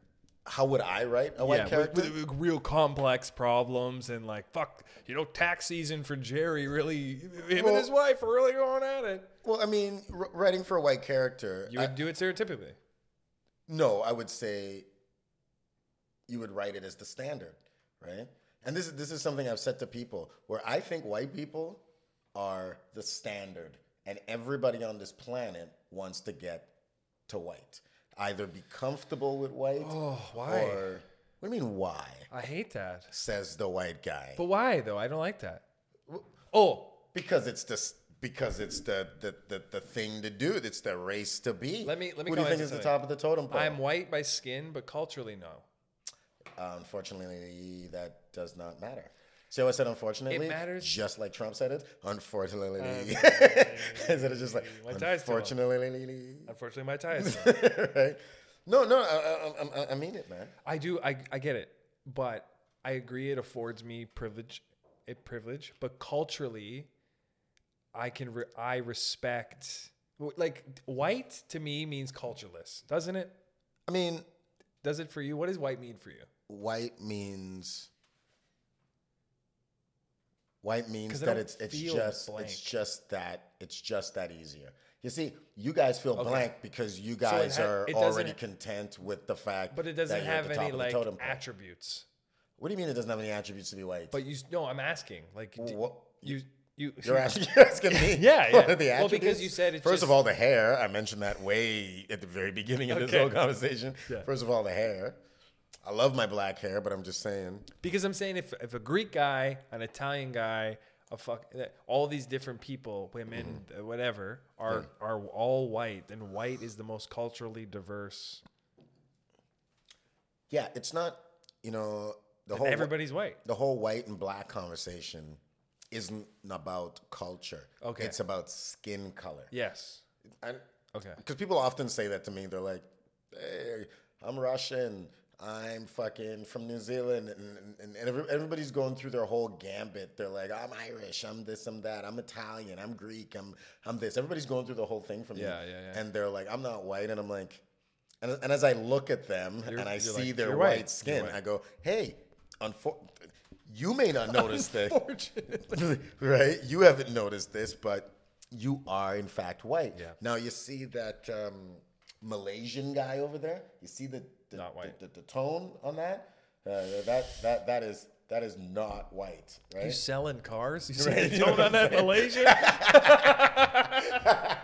S1: would I write a white
S2: yeah, with-
S1: character?
S2: with, with real complex problems and like fuck, you know, tax season for Jerry really him and
S1: Well-
S2: his wife are really going at it.
S1: well, I mean, r- writing for a white character,
S2: You
S1: I-
S2: would do it stereotypically.
S1: No, I would say you would write it as the standard, right? And this is this is something I've said to people where I think white people are the standard, and everybody on this planet wants to get to white, either be comfortable with white.
S2: Oh, why?
S1: Or what do you mean why?
S2: I hate that.
S1: Says the white guy
S2: But why though? I don't like that. Oh,
S1: because it's the because it's the the, the the thing to do. It's the race to be.
S2: Let me- let me
S1: Who do you
S2: comment
S1: think
S2: on
S1: is the
S2: something.
S1: top of the totem pole?
S2: I'm white by skin, but culturally no.
S1: Unfortunately, that does not matter. See how I said unfortunately?
S2: It matters. Uh,
S1: Just like Trump said it. Unfortunately. Instead of just like,
S2: My tie's too long.
S1: unfortunately.
S2: Unfortunately, my tie is.
S1: right? No, no, I, I- I, I mean it, man.
S2: I do. I I get it, but I agree. It affords me privilege, a privilege, but culturally, I can re- I respect like white to me means cultureless, doesn't it?
S1: I mean,
S2: Does it for you? What does white mean for you?
S1: white means. White
S2: 'Cause
S1: means
S2: I
S1: that
S2: don't
S1: it's it's
S2: feel
S1: just
S2: blank.
S1: it's just that it's just that easier. You see, you guys feel blank because you guys
S2: ha-
S1: are
S2: it doesn't-
S1: already content with the fact
S2: But it
S1: that
S2: doesn't
S1: you're at
S2: have
S1: the top
S2: any
S1: of the
S2: like
S1: totem pole.
S2: attributes.
S1: What do you mean it doesn't have any attributes to be white?
S2: But you s- no, I'm asking. Like d-
S1: what
S2: you you
S1: you're asking, you're asking me?
S2: Yeah,
S1: what
S2: yeah.
S1: are the
S2: Well, because
S1: attributes?
S2: you said it's
S1: first of
S2: just-
S1: all the hair. I mentioned that way at the very beginning of
S2: Okay.
S1: this whole conversation.
S2: Yeah.
S1: First of all, the hair. I love my black hair, but I'm just saying.
S2: Because I'm saying if, if a Greek guy, an Italian guy, a fuck, eh, all these different people, women, uh whatever, are are all white, and white is the most culturally diverse.
S1: Yeah, it's not. You know, the
S2: Oh,
S1: whole
S2: Everybody's white.
S1: the whole white and black conversation isn't about culture.
S2: Okay.
S1: it's about skin color.
S2: Yes.
S1: And
S2: Okay.
S1: Because people often say that to me. They're like, hey, I'm Russian. I'm fucking from New Zealand. And, and, and every, everybody's going through their whole gambit. They're like, I'm Irish. I'm this, I'm that. I'm Italian. I'm Greek. I'm, I'm this. Everybody's going through the whole thing from
S2: Yeah,
S1: me.
S2: yeah, yeah.
S1: And they're like, I'm not white. And I'm like, and, and as I look at them and I
S2: you're
S1: see
S2: like,
S1: their
S2: "You're
S1: white,
S2: white. You're
S1: skin,
S2: white."
S1: I go, hey, unfor- you may not notice that
S2: Unfortunately.
S1: right? You haven't noticed this, but you are in fact white.
S2: Yeah.
S1: Now you see that um, Malaysian guy over there. You see the the,
S2: Not white.
S1: The, the, the tone on that. Uh, that that that is that is not white,
S2: You
S1: right?
S2: selling cars? You
S1: Right,
S2: selling you
S1: you know
S2: sold
S1: what
S2: on that Malaysia?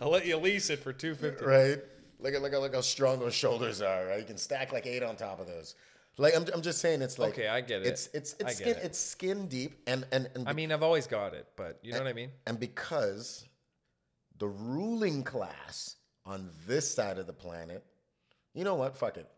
S2: I'll let you lease it for two fifty.
S1: right? Look at look at look how strong those shoulders are. Right? You can stack like eight on top of those. Like I'm, I'm just saying, it's like
S2: Okay, I get it.
S1: It's it's
S2: I
S1: it's
S2: get
S1: skin
S2: it.
S1: it's skin deep and and and,
S2: I mean, I've always got it, but you know what I mean.
S1: and because the ruling class on this side of the planet, you know what? Fuck it.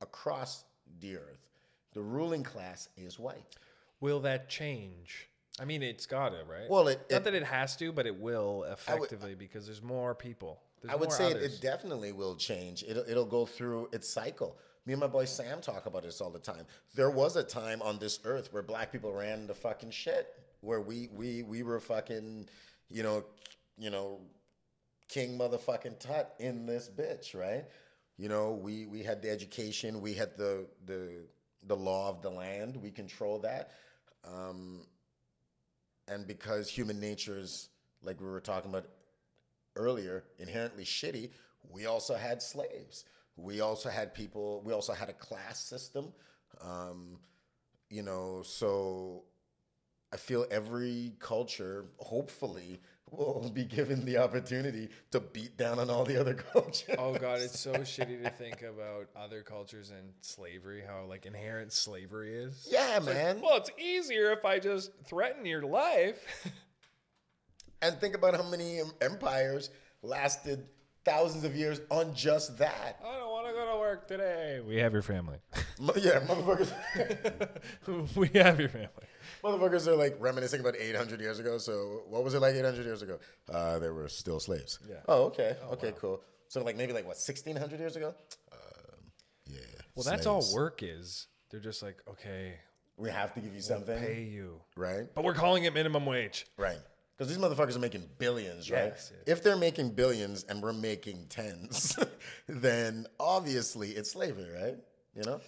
S1: Across the earth, the ruling class is white.
S2: Will that change? I mean, it's got to, right?
S1: Well, it-
S2: not
S1: it-
S2: that it has to, but it will effectively because there's more people. There's
S1: I would
S2: more
S1: say it,
S2: others.
S1: it definitely will change. It'll, it'll go through its cycle. Me and my boy Sam talk about this all the time. There was a time on this earth where black people ran the fucking shit, where we we we were fucking, you know, you know, king motherfucking tut in this bitch, right? You know, we we had the education, we had the the the law of the land, we control that. Um, and because human nature is like we were talking about earlier inherently shitty we also had slaves we also had people we also had a class system um, you know so i feel every culture hopefully will be given the opportunity to beat down on all the other cultures
S2: Oh god, it's so shitty to think about other cultures and slavery, how like inherent slavery is.
S1: yeah man
S2: Well, it's easier if I just threaten your life.
S1: and think about how many em- empires lasted thousands of years on just that
S2: I don't want to go to work today. We have your family.
S1: Mo- yeah motherfuckers
S2: we have your family.
S1: Motherfuckers are like reminiscing about 800 years ago. So what was it like 800 years ago? Uh, there were still slaves.
S2: Yeah.
S1: Oh, okay. okay, cool. So like maybe like what 1600 years ago? Um, yeah.
S2: Well, that's all work is. They're just like, okay,
S1: We have to give you something,
S2: pay you,
S1: right?
S2: but we're calling it minimum wage.
S1: Right. Because these motherfuckers are making billions, right?
S2: Yes, yes.
S1: If they're making billions and we're making tens, then obviously it's slavery, right? You know,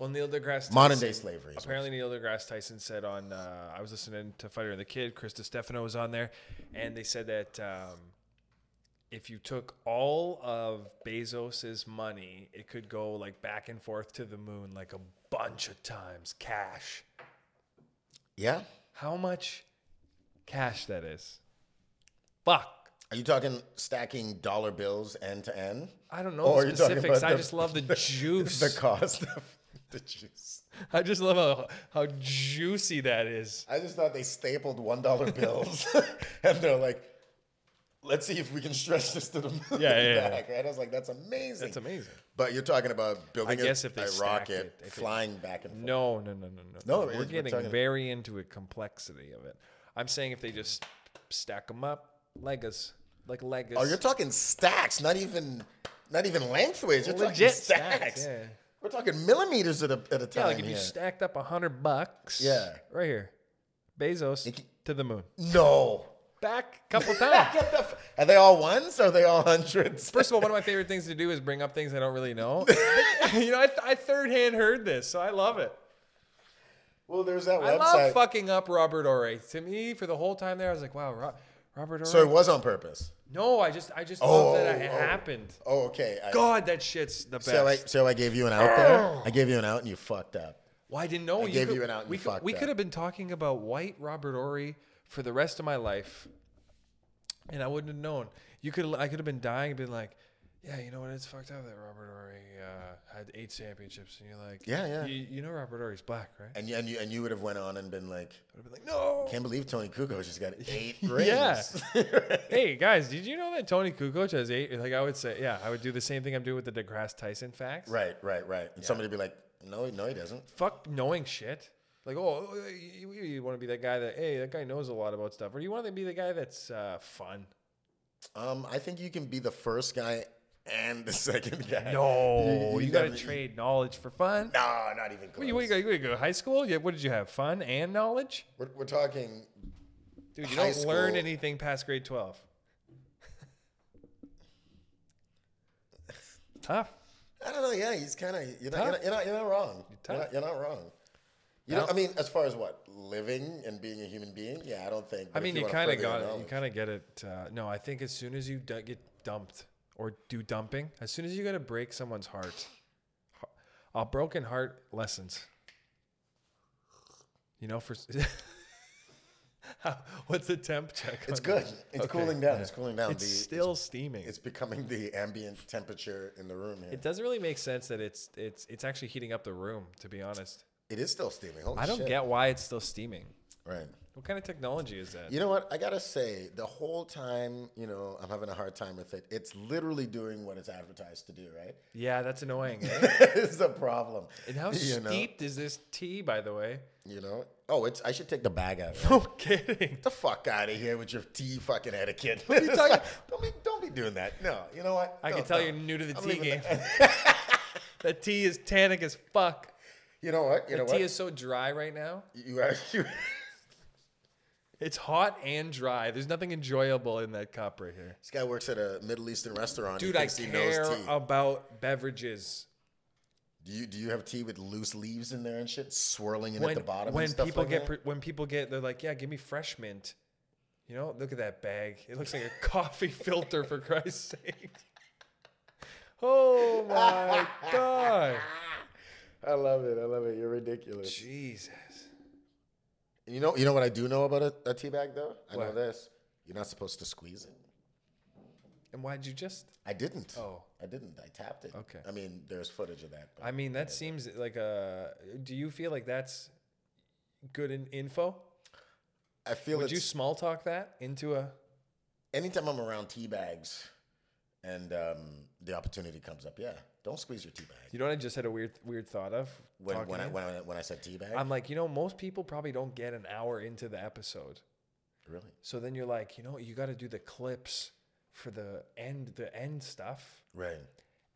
S2: Well, Neil deGrasse
S1: modern
S2: Tyson-
S1: day slavery. is what-
S2: Apparently, Neil deGrasse Tyson said on. Uh, I was listening to Fighter and the Kid. Chris Stefano was on there, and they said that um, if you took all of Bezos's money, it could go like back and forth to the moon like a bunch of times, cash.
S1: Yeah.
S2: How much cash that is? Fuck.
S1: Are you talking stacking dollar bills end to end?
S2: I don't know
S1: Or Oh, are
S2: the
S1: you talking
S2: specifics.
S1: about
S2: I
S1: the-
S2: just love the juice.
S1: The cost of the juice.
S2: I just love how, how juicy that is.
S1: I just thought they stapled one dollar bills, and they're like, "Let's see if we can stretch this to the moon." and
S2: yeah, yeah.
S1: back, right? I was like, "That's amazing."
S2: That's amazing.
S1: But you're talking about building
S2: I guess
S1: a,
S2: if they
S1: a
S2: stacked
S1: rocket,
S2: it, if they-
S1: flying back and forth.
S2: No, no, no, no, no.
S1: No, it is-
S2: we're
S1: we're
S2: getting
S1: talking-
S2: very into a complexity of it. I'm saying if they just stack them up, Legos, like Legos.
S1: Oh, you're talking stacks, not even, not even lengthways. You're talking stacks.
S2: yeah.
S1: We're talking millimeters at a, at a time.
S2: Yeah, like if you
S1: here.
S2: stacked up a hundred bucks.
S1: Yeah.
S2: Right here, Bezos
S1: It can-
S2: to the moon,
S1: no.
S2: back a couple times.
S1: What the f- are they all ones or are they all hundreds?
S2: First of all, one of my favorite things to do is bring up things I don't really know. you know, I, I third hand heard this, so I love it.
S1: Well, there's that
S2: I love
S1: website.
S2: fucking up Robert Ory. To me, for the whole time there, I was like, wow, Ro- Robert Ory.
S1: so it was on purpose.
S2: no, I just, I just
S1: Oh,
S2: love that it
S1: oh.
S2: happened.
S1: Oh, okay. I-
S2: God, that shit's the best.
S1: So I, so I gave you an out there. I gave you an out, and you fucked up.
S2: well, I didn't know.
S1: gave you an out and
S2: we
S1: you
S2: could,
S1: fucked
S2: we
S1: up.
S2: could have been talking about white Robert Ory for the rest of my life, and I wouldn't have known. You could, I could have been dying and been like, "Yeah, you know what? It's fucked up that Robert Ory uh, had eight championships." And you're like,
S1: Yeah, yeah.
S2: You, you know Robert Ory's black, right?" I
S1: And you, and you and you would have went on and been like,
S2: would have been like, "No."
S1: can't believe Tony Kukoc just got eight rings.
S2: Yeah. hey guys, did you know that Tony Kukoc has eight? Like I would say, yeah, I would do the same thing I'm doing with the DeGrasse Tyson facts.
S1: right, right, right. And somebody would be like, no, no, he doesn't.
S2: fuck knowing shit. Like, oh, you, you- you want to be that guy that, hey, that guy knows a lot about stuff. Or you want to be the guy that's uh, fun.
S1: Um, I think you can be the first guy and the second guy.
S2: No, you, got to
S1: definitely-
S2: trade knowledge for fun.
S1: No, not even
S2: What,
S1: close.
S2: you, what, you, got- what, you go to high school? Yeah, what did you have? Fun and knowledge?
S1: we're, we're talking.
S2: Dude, you
S1: High
S2: don't learn
S1: school-
S2: anything past grade 12. Tough.
S1: I don't know. Yeah, he's kind of. You're not,
S2: Tough.
S1: you're, not, you're, not, you're not wrong.
S2: You're
S1: You're not,
S2: tough.
S1: you're not wrong. You
S2: No.
S1: know, I mean, as far as what living and being a human being, yeah, I don't think.
S2: I
S1: but if
S2: mean, you,
S1: wanna
S2: kind of
S1: further your
S2: got it. You
S1: knowledge-
S2: kind of get it. Uh, no, I think as soon as you du- get dumped or do dumping, as soon as you got to break someone's heart, A broken heart lessons. You know, for How- what's the temp check?
S1: It's
S2: on
S1: good.
S2: that?
S1: It's
S2: Okay,
S1: cooling down.
S2: yeah.
S1: It's cooling down.
S2: It's
S1: the,
S2: still steaming.
S1: It's becoming the ambient temperature in the room here.
S2: it doesn't really make sense that it's it's it's actually heating up the room. To be honest,
S1: it is still steaming. Holy
S2: I don't
S1: shit.
S2: get why it's still steaming.
S1: Right.
S2: What kind of technology is that?
S1: You know what? I gotta say, the whole time, you know, I'm having a hard time with it. It's literally doing what it's advertised to do, right?
S2: Yeah, that's annoying. eh?
S1: it's the problem.
S2: And how
S1: You know?
S2: steeped is this tea, by the way?
S1: You know? Oh, it's. I should take the bag out. Right?
S2: No kidding.
S1: Get the fuck out of here with your tea fucking etiquette.
S2: you talking-
S1: don't be, don't be doing that. No. You know what?
S2: I
S1: No,
S2: can tell
S1: no.
S2: you're new to the
S1: I'm
S2: tea
S1: leaving
S2: game. the tea is tannic as fuck.
S1: You know what? You know what?
S2: Tea is so dry right now.
S1: you are. You,
S2: It's hot and dry. There's nothing enjoyable in that cup right here.
S1: this guy works at a Middle Eastern restaurant.
S2: Dude,
S1: he
S2: I
S1: thinks he knows
S2: care
S1: tea.
S2: about beverages.
S1: Do you do you have tea with loose leaves in there and shit swirling in
S2: When,
S1: at the bottom?
S2: when
S1: and stuff
S2: people
S1: like
S2: get
S1: that?
S2: pre- when people get they're like, yeah, give me fresh mint. You know, look at that bag. It looks like a coffee filter for Christ's sake. Oh my god.
S1: I love it. I love it. You're ridiculous.
S2: Jesus.
S1: You know, you know what I do know about a, a tea bag though. I know
S2: What?
S1: this. You're not supposed to squeeze it.
S2: And why'd you just
S1: I didn't.
S2: Oh.
S1: I didn't. I tapped it.
S2: Okay.
S1: I mean, there's footage of that. But
S2: I mean, that seems like a. Do you feel like that's good in info?
S1: I feel
S2: Would
S1: it's
S2: you small talk that into a?
S1: anytime I'm around tea bags, and um, the opportunity comes up. Yeah, don't squeeze your tea bag.
S2: You know what I just had a weird weird thought of
S1: When
S2: talking
S1: when I,
S2: to you?
S1: when I when I said tea bag,
S2: I'm like, you know, most people probably don't get an hour into the episode,
S1: really.
S2: so then you're like, you know, you got to do the clips for the end the end stuff,
S1: Right.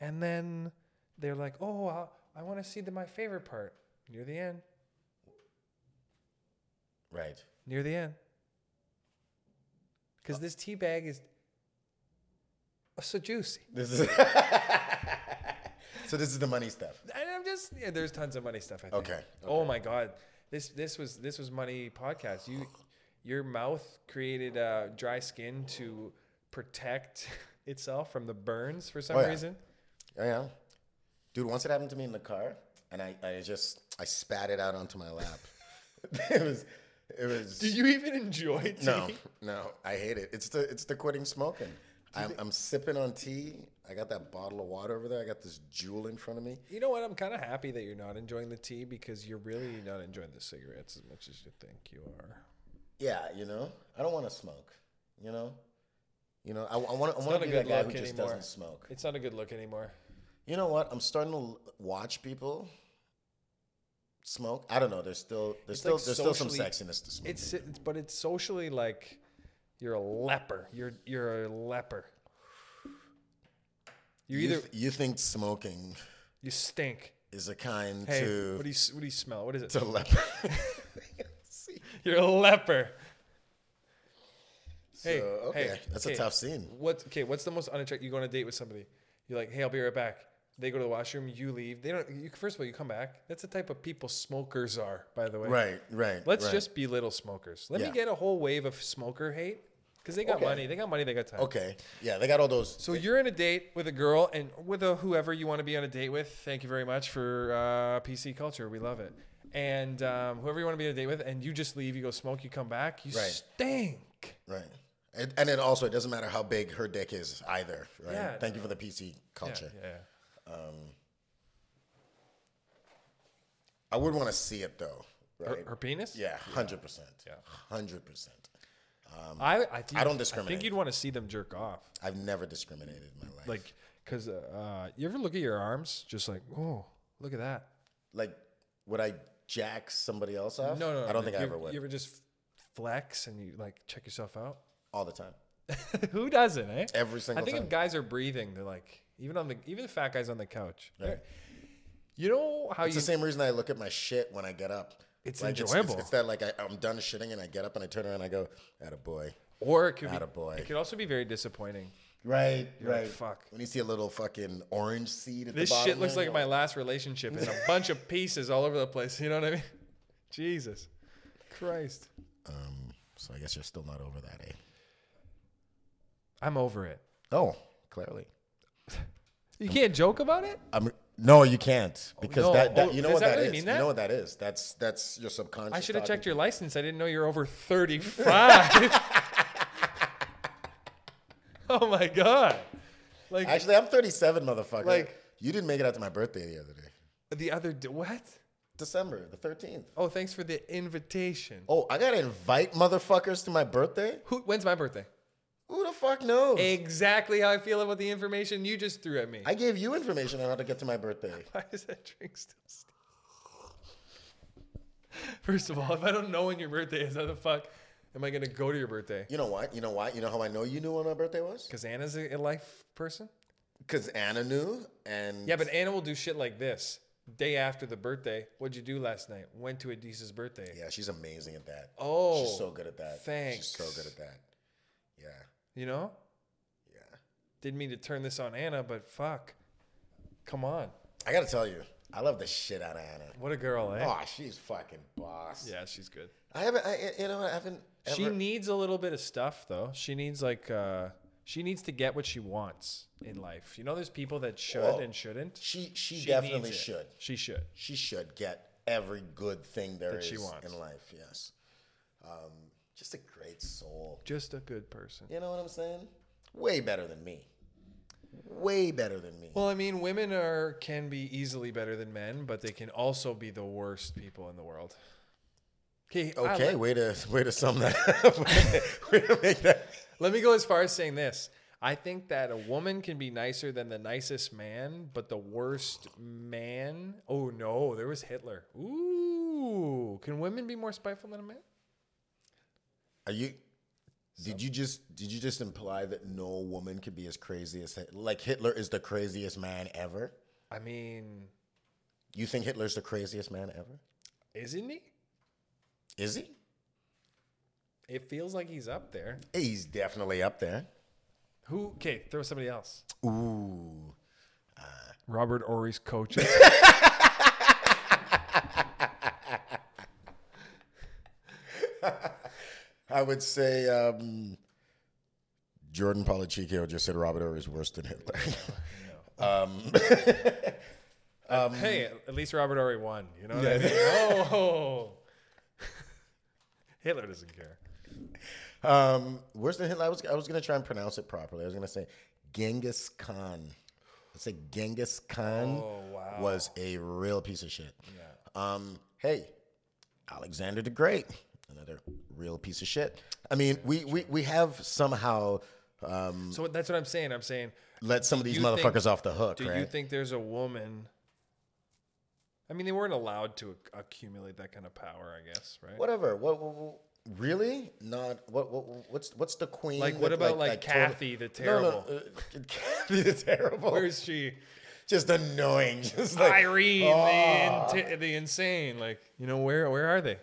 S2: and then they're like, oh, i I want to see the my favorite part near the end,
S1: Right.
S2: near the end, because this tea bag is so juicy.
S1: This is. so this is the money stuff.
S2: And I'm just yeah, there's tons of money stuff. I think.
S1: Okay,
S2: Oh my god, this this was this was money podcast. You, your mouth created uh, dry skin to protect itself from the burns for some
S1: Oh, yeah.
S2: reason.
S1: Oh yeah, dude. Once it happened to me in the car, and I, I just I spat it out onto my lap. it was, it was.
S2: Do you even enjoy tea?
S1: no, no, I hate it. It's the it's the quitting smoking. I'm, I'm sipping on tea. I got that bottle of water over there. I got this jewel in front of me.
S2: You know what? I'm kind of happy that you're not enjoying the tea because you're really not enjoying the cigarettes as much as you think you are.
S1: Yeah, you know, I don't want to smoke. You know, you know, I want to I
S2: not
S1: want
S2: a
S1: to be
S2: good
S1: that guy
S2: look
S1: who just
S2: anymore.
S1: doesn't smoke.
S2: It's not a good look anymore.
S1: You know what? I'm starting to l- watch people smoke. I don't know. There's still there's
S2: It's
S1: still
S2: like
S1: there's still some
S2: socially-
S1: sexiness to smoke.
S2: It's it's- but it's socially like you're a leper. You're you're a leper. You
S1: You,
S2: either
S1: th- you think smoking
S2: You stink.
S1: is a kind
S2: Hey,
S1: to
S2: what do you what do you smell? What is it?
S1: to leopard?
S2: You're a leper. Hey,
S1: So, okay,
S2: hey,
S1: that's
S2: hey.
S1: a tough scene.
S2: What? Okay, what's the most unattractive? You go on a date with somebody. You're like, hey, I'll be right back. They go to the washroom. You leave. They don't. You, first of all, you come back. That's the type of people smokers are, by the way.
S1: Right, right.
S2: Let's
S1: right.
S2: just belittle smokers. Let
S1: Yeah.
S2: me get a whole wave of smoker hate because they got
S1: Okay.
S2: money. They got money. They got time.
S1: okay. Yeah, they got all those.
S2: So you're in a date with a girl and with a whoever you want to be on a date with. Thank you very much for uh, PC culture. We love it. And um, whoever you want to be on a date with, and you just leave. You go smoke. You come back. You
S1: Right.
S2: stink.
S1: right, and, and then also it doesn't matter how big her dick is either. Right.
S2: Yeah,
S1: Thank you for the PC culture.
S2: Yeah, yeah.
S1: I would want to see it though. Right.
S2: Her, her penis.
S1: yeah, hundred percent.
S2: Yeah.
S1: hundred percent.
S2: I. I, think,
S1: I don't
S2: I think
S1: discriminate.
S2: you'd want to see them jerk off.
S1: I've never discriminated in my life.
S2: Like, cause uh, you ever look at your arms, just like, oh, look at that.
S1: like would I jack somebody else off?
S2: No, no.
S1: I don't
S2: like,
S1: think I
S2: you-
S1: ever would.
S2: You ever just flex and you like check yourself out?
S1: all the time.
S2: Who doesn't, eh?
S1: Every single
S2: I think
S1: time.
S2: if guys are breathing, they're like even on the even the fat guys on the couch. they're- You know how
S1: It's
S2: you
S1: the same reason I look at my shit when I get up.
S2: It's
S1: Like, It's,
S2: enjoyable.
S1: that like I, I'm done shitting and I get up and I turn around and I go, at a boy.
S2: or it could be,
S1: Attaboy.
S2: it could also be very disappointing.
S1: Right,
S2: like, "Fuck."
S1: When you see a little fucking orange seed at
S2: This
S1: the bottom.
S2: shit looks
S1: there,
S2: like
S1: you're
S2: my last relationship and a bunch of pieces all over the place. You know what I mean? Jesus Christ,
S1: Um, so I guess you're still not over that, eh?
S2: I'm over it.
S1: Oh, clearly.
S2: You can't joke about it.
S1: I'm No, you can't because
S2: no.
S1: that, that
S2: Oh,
S1: you know
S2: does
S1: what
S2: that
S1: that
S2: really
S1: is.
S2: mean
S1: You
S2: that?
S1: know what that is. That's that's your subconscious.
S2: I should have
S1: talking.
S2: checked your license. I didn't know you're over 35. oh my god. Like
S1: Actually, I'm 37, motherfucker.
S2: Like-
S1: you didn't make it out to my birthday the other day,
S2: the other d- what?
S1: December the 13th.
S2: Oh, thanks for the invitation.
S1: Oh, I gotta invite motherfuckers to my birthday.
S2: Who when's my birthday?
S1: Who the fuck knows?
S2: Exactly how I feel about the information you just threw at me.
S1: I gave you information on how to get to my birthday.
S2: Why is that drink still steaming? First of all, if I don't know when your birthday is, how the fuck am I gonna go to your birthday?
S1: You know what? You know why? You know how I know you knew when my birthday was?
S2: Because Anna's a a life person.
S1: Because Anna knew, and
S2: Yeah, but Anna will do shit like this. Day after the birthday, what'd you do last night? Went to Adisa's birthday.
S1: yeah, she's amazing at that.
S2: Oh,
S1: she's so good at that.
S2: thanks.
S1: She's so good at that. Yeah,
S2: You know,
S1: yeah.
S2: didn't mean to turn this on Anna, but fuck, come on,
S1: I gotta tell you, I love the shit out of Anna.
S2: what a girl, eh?
S1: Oh, she's fucking boss.
S2: Yeah, she's good.
S1: I haven't. I, you know, I haven't. Ever,
S2: She needs a little bit of stuff though. She needs like uh she needs to get what she wants in life. You know, there's people that should
S1: Whoa.
S2: and shouldn't.
S1: she she,
S2: She
S1: definitely
S2: needs it.
S1: should.
S2: She should.
S1: She should get every good thing there is
S2: she wants.
S1: in life. Yes. Um, just a great soul.
S2: Just a good person.
S1: You know what I'm saying? Way better than me. Way better than me.
S2: Well, I mean, women are can be easily better than men, but they can also be the worst people in the world. Okay, I
S1: okay, way to way to sum that. up. way to make that.
S2: Let me go as far as saying this. I think that a woman can be nicer than the nicest man, but the worst man. Oh no, there was Hitler. Ooh, can women be more spiteful than a man?
S1: Are you? Did you just did you just imply that no woman could be as crazy as Hit- like Hitler is the craziest man ever?
S2: I mean,
S1: You think Hitler's the craziest man ever?
S2: isn't he?
S1: Is he?
S2: It feels like he's up there.
S1: He's definitely up there.
S2: Who? Okay, throw somebody else.
S1: Ooh.
S2: Robert Ory's coaches.
S1: I would say um, Jordan Polichico just said Robert Ory is worse than Hitler.
S2: hey, at least Robert Ory won. You know what I mean? Oh, Hitler doesn't care.
S1: um, worse than Hitler. I was I was gonna try and pronounce it properly. I was gonna say Genghis Khan. I say Genghis Khan
S2: Oh, wow.
S1: was a real piece of shit. Um, hey, Alexander the Great, another real piece of shit. I mean, we we we have somehow um,
S2: So that's what I'm saying. I'm saying
S1: let some of these
S2: you think-
S1: motherfuckers off the hook,
S2: Do
S1: right?
S2: you think there's a woman? I mean, they weren't allowed to ac- accumulate that kind of power, I guess, right?
S1: Whatever. What, what- what- really? Not what, what? What's what's the queen?
S2: Like, what
S1: that-
S2: about like,
S1: total-
S2: Kathy the
S1: No, no,
S2: Terrible?
S1: uh, Kathy the terrible.
S2: Where is she?
S1: just annoying. Just like
S2: Irene
S1: oh.
S2: the, inti- the insane. Like, you know, where where are they?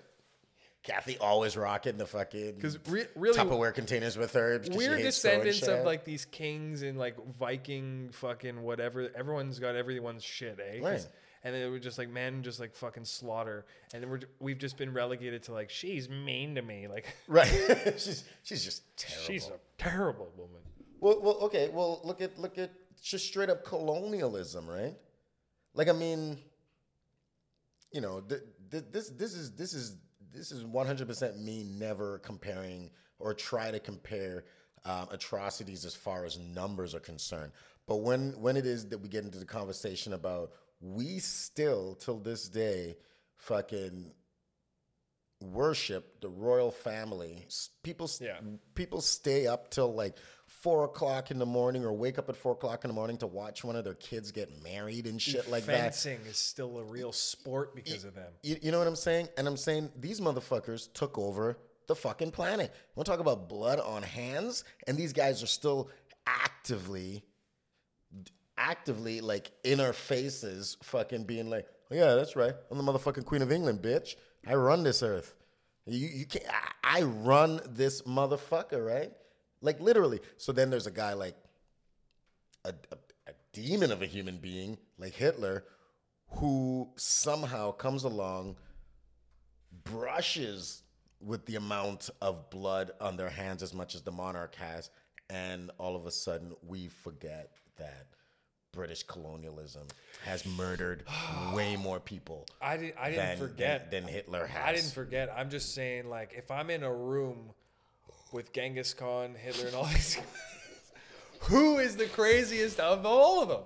S1: Kathy always rocking the fucking
S2: Because re- really,
S1: Tupperware containers with her. because she
S2: we're
S1: hates throwing
S2: descendants of
S1: shit.
S2: like these kings and like Viking fucking whatever. Everyone's got everyone's shit, eh? 'Cause-
S1: Right.
S2: And then we're just like men, just like fucking slaughter, and then we're we've just been relegated to like she's mean to me, like
S1: right. she's she's just terrible.
S2: she's a terrible woman.
S1: Well, well, okay. Well, look at look at just straight up colonialism, right? Like, I mean, you know, th- th- this this is this is this is one hundred percent me never comparing or try to compare um, atrocities as far as numbers are concerned. But when when it is that we get into the conversation about we still till this day fucking worship the royal family. S- People, s-
S2: Yeah.
S1: people stay up till like four o'clock in the morning, or wake up at four o'clock in the morning to watch one of their kids get married and shit like that. E
S2: fencing is still a real sport because of them.
S1: You, you know what I'm saying? And I'm saying these motherfuckers took over the fucking planet. We'll talk about blood on hands, and these guys are still actively, actively like in our faces, fucking being like, "Oh, yeah, that's right. I'm the motherfucking queen of England, bitch. I run this earth. You, you can't. I, I run this motherfucker, right? Like literally. So then there's a guy like a, a, a demon of a human being like Hitler, who somehow comes along, brushes with the amount of blood on their hands as much as the monarch has, and all of a sudden we forget that British colonialism has murdered way more people
S2: I didn't. I didn't
S1: than,
S2: forget.
S1: than, than Hitler has.
S2: I didn't forget. I'm just saying, like, if I'm in a room with Genghis Khan, Hitler, and all these, guys, who is the craziest of all of them?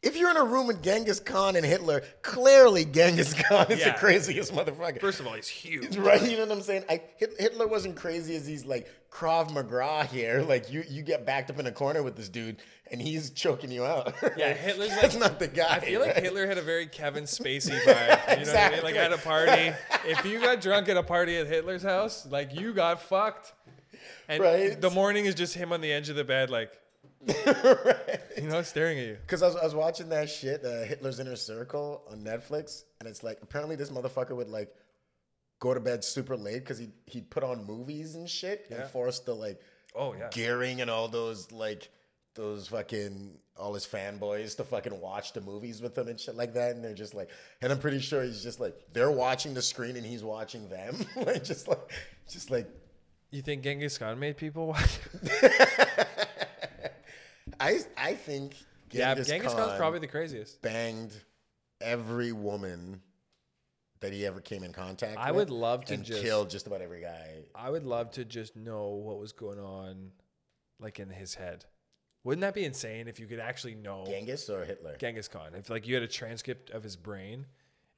S1: If you're in a room with Genghis Khan and Hitler, clearly Genghis Khan is the
S2: Yeah.
S1: craziest motherfucker.
S2: First of all, he's huge.
S1: Right, you know what I'm saying? I, Hit- Hitler wasn't crazy as he's like Krav Maga here. Like you, you get backed up in a corner with this dude, and he's choking you out.
S2: Yeah, Hitler's
S1: that's
S2: like-
S1: not the guy.
S2: I feel like
S1: right?
S2: Hitler had a very Kevin Spacey vibe. You know what I mean? Like at a party, if you got drunk at a party at Hitler's house, like you got fucked. And
S1: Right.
S2: the morning is just him on the edge of the bed, like you know, staring at you.
S1: Because I was, I was watching that shit, uh, Hitler's Inner Circle on Netflix, and it's like apparently this motherfucker would like go to bed super late because he he'd put on movies and shit and force the like
S2: Oh yeah.
S1: Gearing and all those like those fucking all his fanboys to fucking watch the movies with him and shit like that. And they're just like, and I'm pretty sure he's just like they're watching the screen and he's watching them, like just like just like.
S2: You think Genghis Khan made people watch?
S1: I I think
S2: yeah,
S1: Genghis,
S2: Genghis
S1: Khan
S2: Khan's probably the craziest.
S1: banged every woman that he ever came in contact.
S2: I
S1: with
S2: would love to
S1: and
S2: just-
S1: kill just about every guy.
S2: I would love to just know what was going on, like in his head. Wouldn't that be insane if you could actually know
S1: Genghis or Hitler?
S2: Genghis Khan? If like you had a transcript of his brain,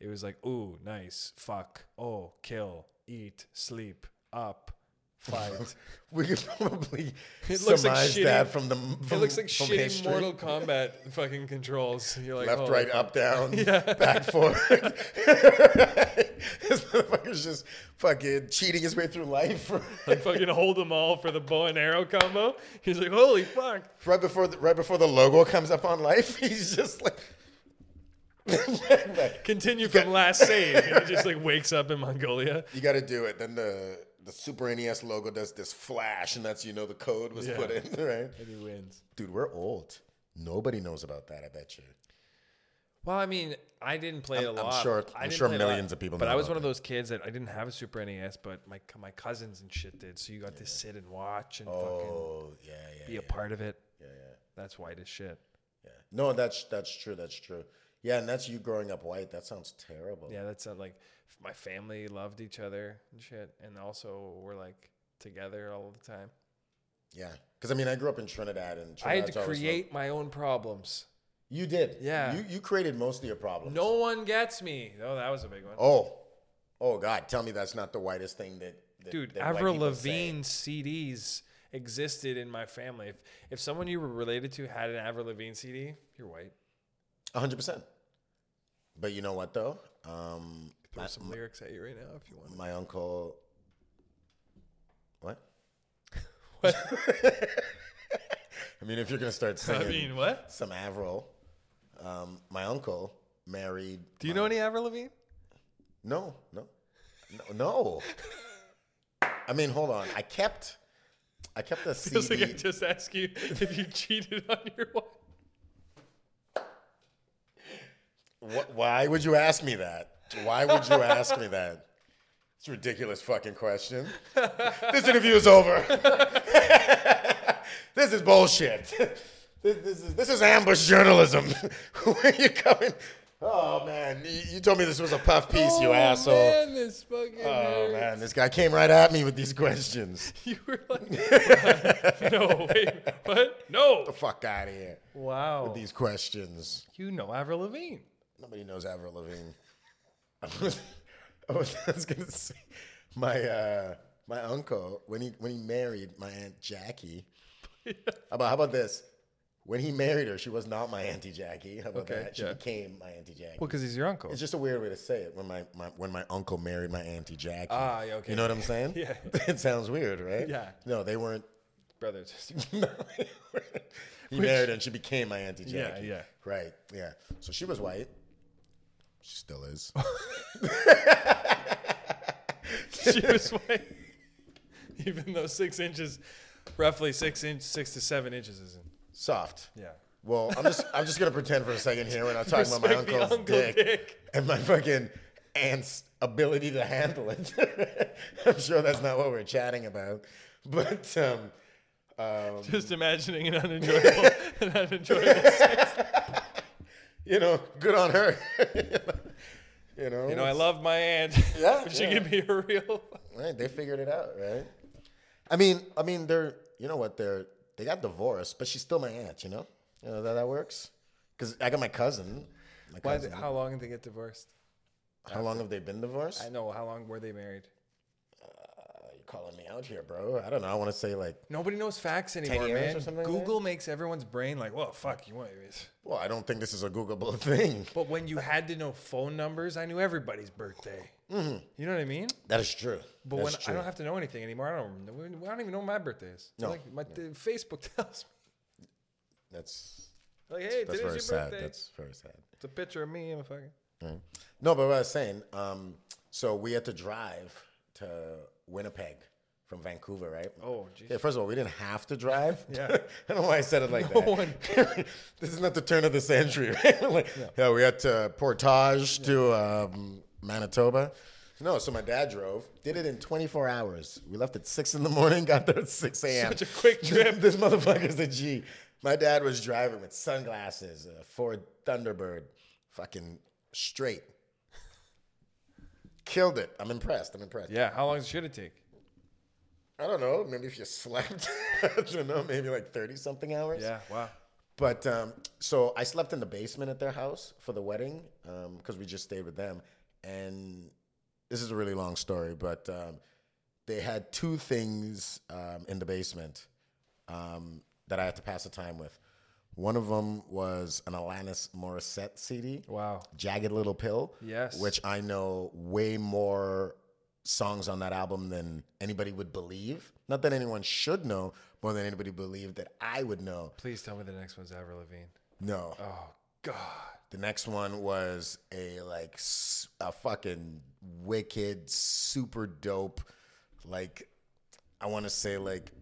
S2: it was like, ooh, nice, fuck, oh, kill, eat, sleep, up, fight.
S1: we could probably
S2: It looks
S1: surmise
S2: like shitty-
S1: that from the
S2: it
S1: from,
S2: looks like
S1: from
S2: shitty
S1: history.
S2: Mortal Kombat fucking controls. You're like
S1: left,
S2: "Oh,
S1: right,
S2: fuck."
S1: up, down, back, forward. this motherfucker's just fucking cheating his way through life.
S2: Like fucking hold them all for the bow and arrow combo. He's like, holy fuck.
S1: right before, the, right before the logo comes up on life, he's just like. like,
S2: Continue from last save. And he just like wakes up in Mongolia.
S1: you got to do it. Then the the Super NES logo does this flash, and that's you know the code was
S2: Yeah.
S1: put in, right?
S2: And he wins.
S1: Dude, we're old. Nobody knows about that. I bet you.
S2: Well, I mean, I didn't play a
S1: I'm
S2: lot.
S1: sure-
S2: I
S1: I'm
S2: didn't
S1: sure
S2: play a lot,
S1: millions of people
S2: But
S1: know
S2: I was
S1: about
S2: one of those kids that I didn't have a Super NES, but my co- my cousins and shit did. So you got to sit and watch and fucking
S1: Oh yeah, yeah,
S2: be
S1: yeah,
S2: a part of it.
S1: yeah, yeah.
S2: That's white as shit.
S1: Yeah. No, that's that's true. That's true. Yeah, and that's you growing up white. That sounds terrible.
S2: Yeah, that's uh, like f- my family loved each other and shit, and also we're like together all the time.
S1: Yeah. Because I mean, I grew up in Trinidad, and
S2: I had
S1: Trinidad's
S2: to
S1: always real-
S2: create my own problems.
S1: You did.
S2: Yeah.
S1: You you created most of your problems.
S2: No one gets me. Oh, that was a big one.
S1: Oh. Oh God! Tell me that's not the whitest thing that. that
S2: Dude,
S1: that white
S2: Avril
S1: people say.
S2: Lavigne CDs existed in my family. If if someone you were related to had an Avril Lavigne CD, you're white.
S1: A hundred percent. But you know what though? Um,
S2: Throw some lyrics at you right now if you want.
S1: my uncle. What? I mean, if you're gonna start
S2: I
S1: singing
S2: mean, what?
S1: some Avril, um, my uncle married.
S2: Do you know any Avril Lavigne?
S1: No, no, no, no. I mean, hold on. I kept, I kept a CD.
S2: Feels like I just asked you if you cheated on your wife.
S1: Wh- why would you ask me that? Why would you ask me that? It's a ridiculous fucking question. this interview is over. this is bullshit. This, this, is, this is ambush journalism. when you coming? Oh man, you, you told me this was a puff piece, you asshole.
S2: Oh, Man, this fucking
S1: Oh
S2: hair.
S1: man, this guy came right at me with these questions.
S2: You were like, no, wait, what? No.
S1: Fuck out of here.
S2: Wow.
S1: These questions.
S2: You know Avril Lavigne.
S1: Nobody knows Avril Lavigne. I was, I was, I was gonna say my uh, my uncle when he when he married my aunt Jackie. How about how about this? When he married her, she was not my auntie Jackie. How about
S2: Okay,
S1: that? She
S2: yeah.
S1: became my auntie Jackie.
S2: Well, because he's your uncle.
S1: it's just a weird way to say it. When my, my when my uncle married my auntie Jackie.
S2: Ah, yeah, okay.
S1: You know what I'm saying?
S2: Yeah.
S1: it sounds weird, right?
S2: Yeah.
S1: No, they weren't.
S2: Brothers.
S1: no, they weren't. he married her and she became my auntie
S2: Yeah,
S1: Jackie.
S2: yeah.
S1: Right. Yeah. So she was white. She still is.
S2: she was white. Even though six inches, roughly six inch, six to seven inches isn't.
S1: soft.
S2: Yeah.
S1: Well, I'm just I'm just gonna pretend for a second here we're not talking about my
S2: Respect the
S1: uncle's
S2: uncle
S1: dick,
S2: dick.
S1: and my fucking aunt's ability to handle it. I'm sure that's not what we're chatting about, but um, um,
S2: Just imagining an unenjoyable and I've enjoyed it.
S1: you know, good on her. you know,
S2: You know, I love my aunt.
S1: Yeah,
S2: But she
S1: yeah.
S2: give me a real.
S1: Right, they figured it out, right? I mean, I mean, they're you know what they're they got divorced, but she's still my aunt. You know, you know that that works. Because I got my cousin. My
S2: Why,
S1: cousin.
S2: how long did they get divorced?
S1: How long have they been divorced?
S2: I know. How long were they married?
S1: You're calling me out here, bro. I don't know. I want to say like,
S2: Nobody knows facts anymore,
S1: years
S2: man.
S1: or something like that?
S2: Google makes everyone's brain like, well, fuck, you want
S1: well, I don't think this is a Googleable thing.
S2: But when you had to know phone numbers, I knew everybody's birthday. You know what I mean?
S1: That is true.
S2: But
S1: Mm-hmm. That's
S2: when
S1: true.
S2: I don't have to know anything anymore, I don't. know- I don't even know when my birthday is.
S1: No.
S2: Like my the Facebook tells
S1: that's
S2: me, like, hey,
S1: that's
S2: today's your
S1: very sad.
S2: birthday.
S1: That's very sad.
S2: It's a picture of me and a fucking.
S1: Right. No, but what I was saying. Um, so we had to drive to Winnipeg from Vancouver, right?
S2: Oh, jeez.
S1: Yeah, first of all, we didn't have to drive.
S2: Yeah.
S1: I don't know why I said it like
S2: No
S1: that.
S2: one-
S1: this is not the turn of the century, right? Like, yeah. we had to Portage to um, Manitoba. No, so my dad drove, did it in 24 hours. We left at 6 in the morning, got there at 6 a.m.
S2: Such a quick trip.
S1: this motherfucker's a G. My dad was driving with sunglasses, a Ford Thunderbird, fucking straight. Killed it. I'm impressed. I'm impressed.
S2: Yeah. How long should it take?
S1: I don't know. Maybe if you slept, I don't know, maybe like 30 something hours.
S2: Yeah. Wow.
S1: But um, so I slept in the basement at their house for the wedding because we just stayed with them. And this is a really long story, but um, they had two things um, in the basement um, that I had to pass the time with. One of them was an Alanis Morissette CD.
S2: Wow.
S1: Jagged Little Pill.
S2: Yes.
S1: Which I know way more songs on that album than anybody would believe. Not that anyone should know, more than anybody believed that I would know.
S2: Please tell me the next one's Avril Lavigne.
S1: No.
S2: Oh God.
S1: The next one was a like s- a fucking wicked, super dope, like I want to say like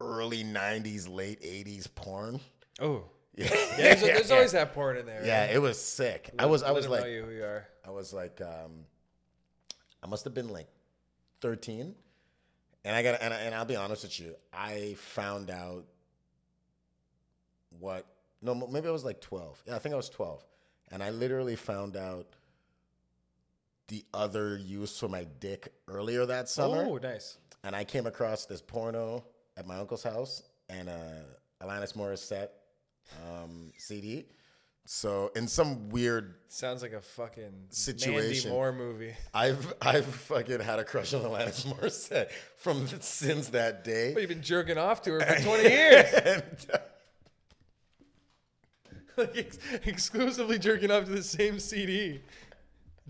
S1: early '90s, late '80s porn.
S2: Oh.
S1: Yeah,
S2: There's,
S1: yeah,
S2: there's always that porn in there.
S1: yeah,
S2: right?
S1: it was sick. I was, I
S2: Let
S1: was
S2: them
S1: like,
S2: know you who you are.
S1: I was like, um, I must have been like 13. And I got, and, I, and I'll be honest with you, I found out what, no, m- maybe I was like 12. Yeah, I think I was 12. And I literally found out the other use for my dick earlier that summer
S2: Oh, nice.
S1: and I came across this porno at my uncle's house and uh, Alanis Morissette um, CD. So in some weird,
S2: Sounds like a fucking Mandy
S1: Situation.
S2: Moore movie.
S1: I've I've fucking had a crush on Alanis Morissette from since that day.
S2: But you've been jerking off to her for 20 years.
S1: and, uh,
S2: like ex- exclusively jerking off to the same CD.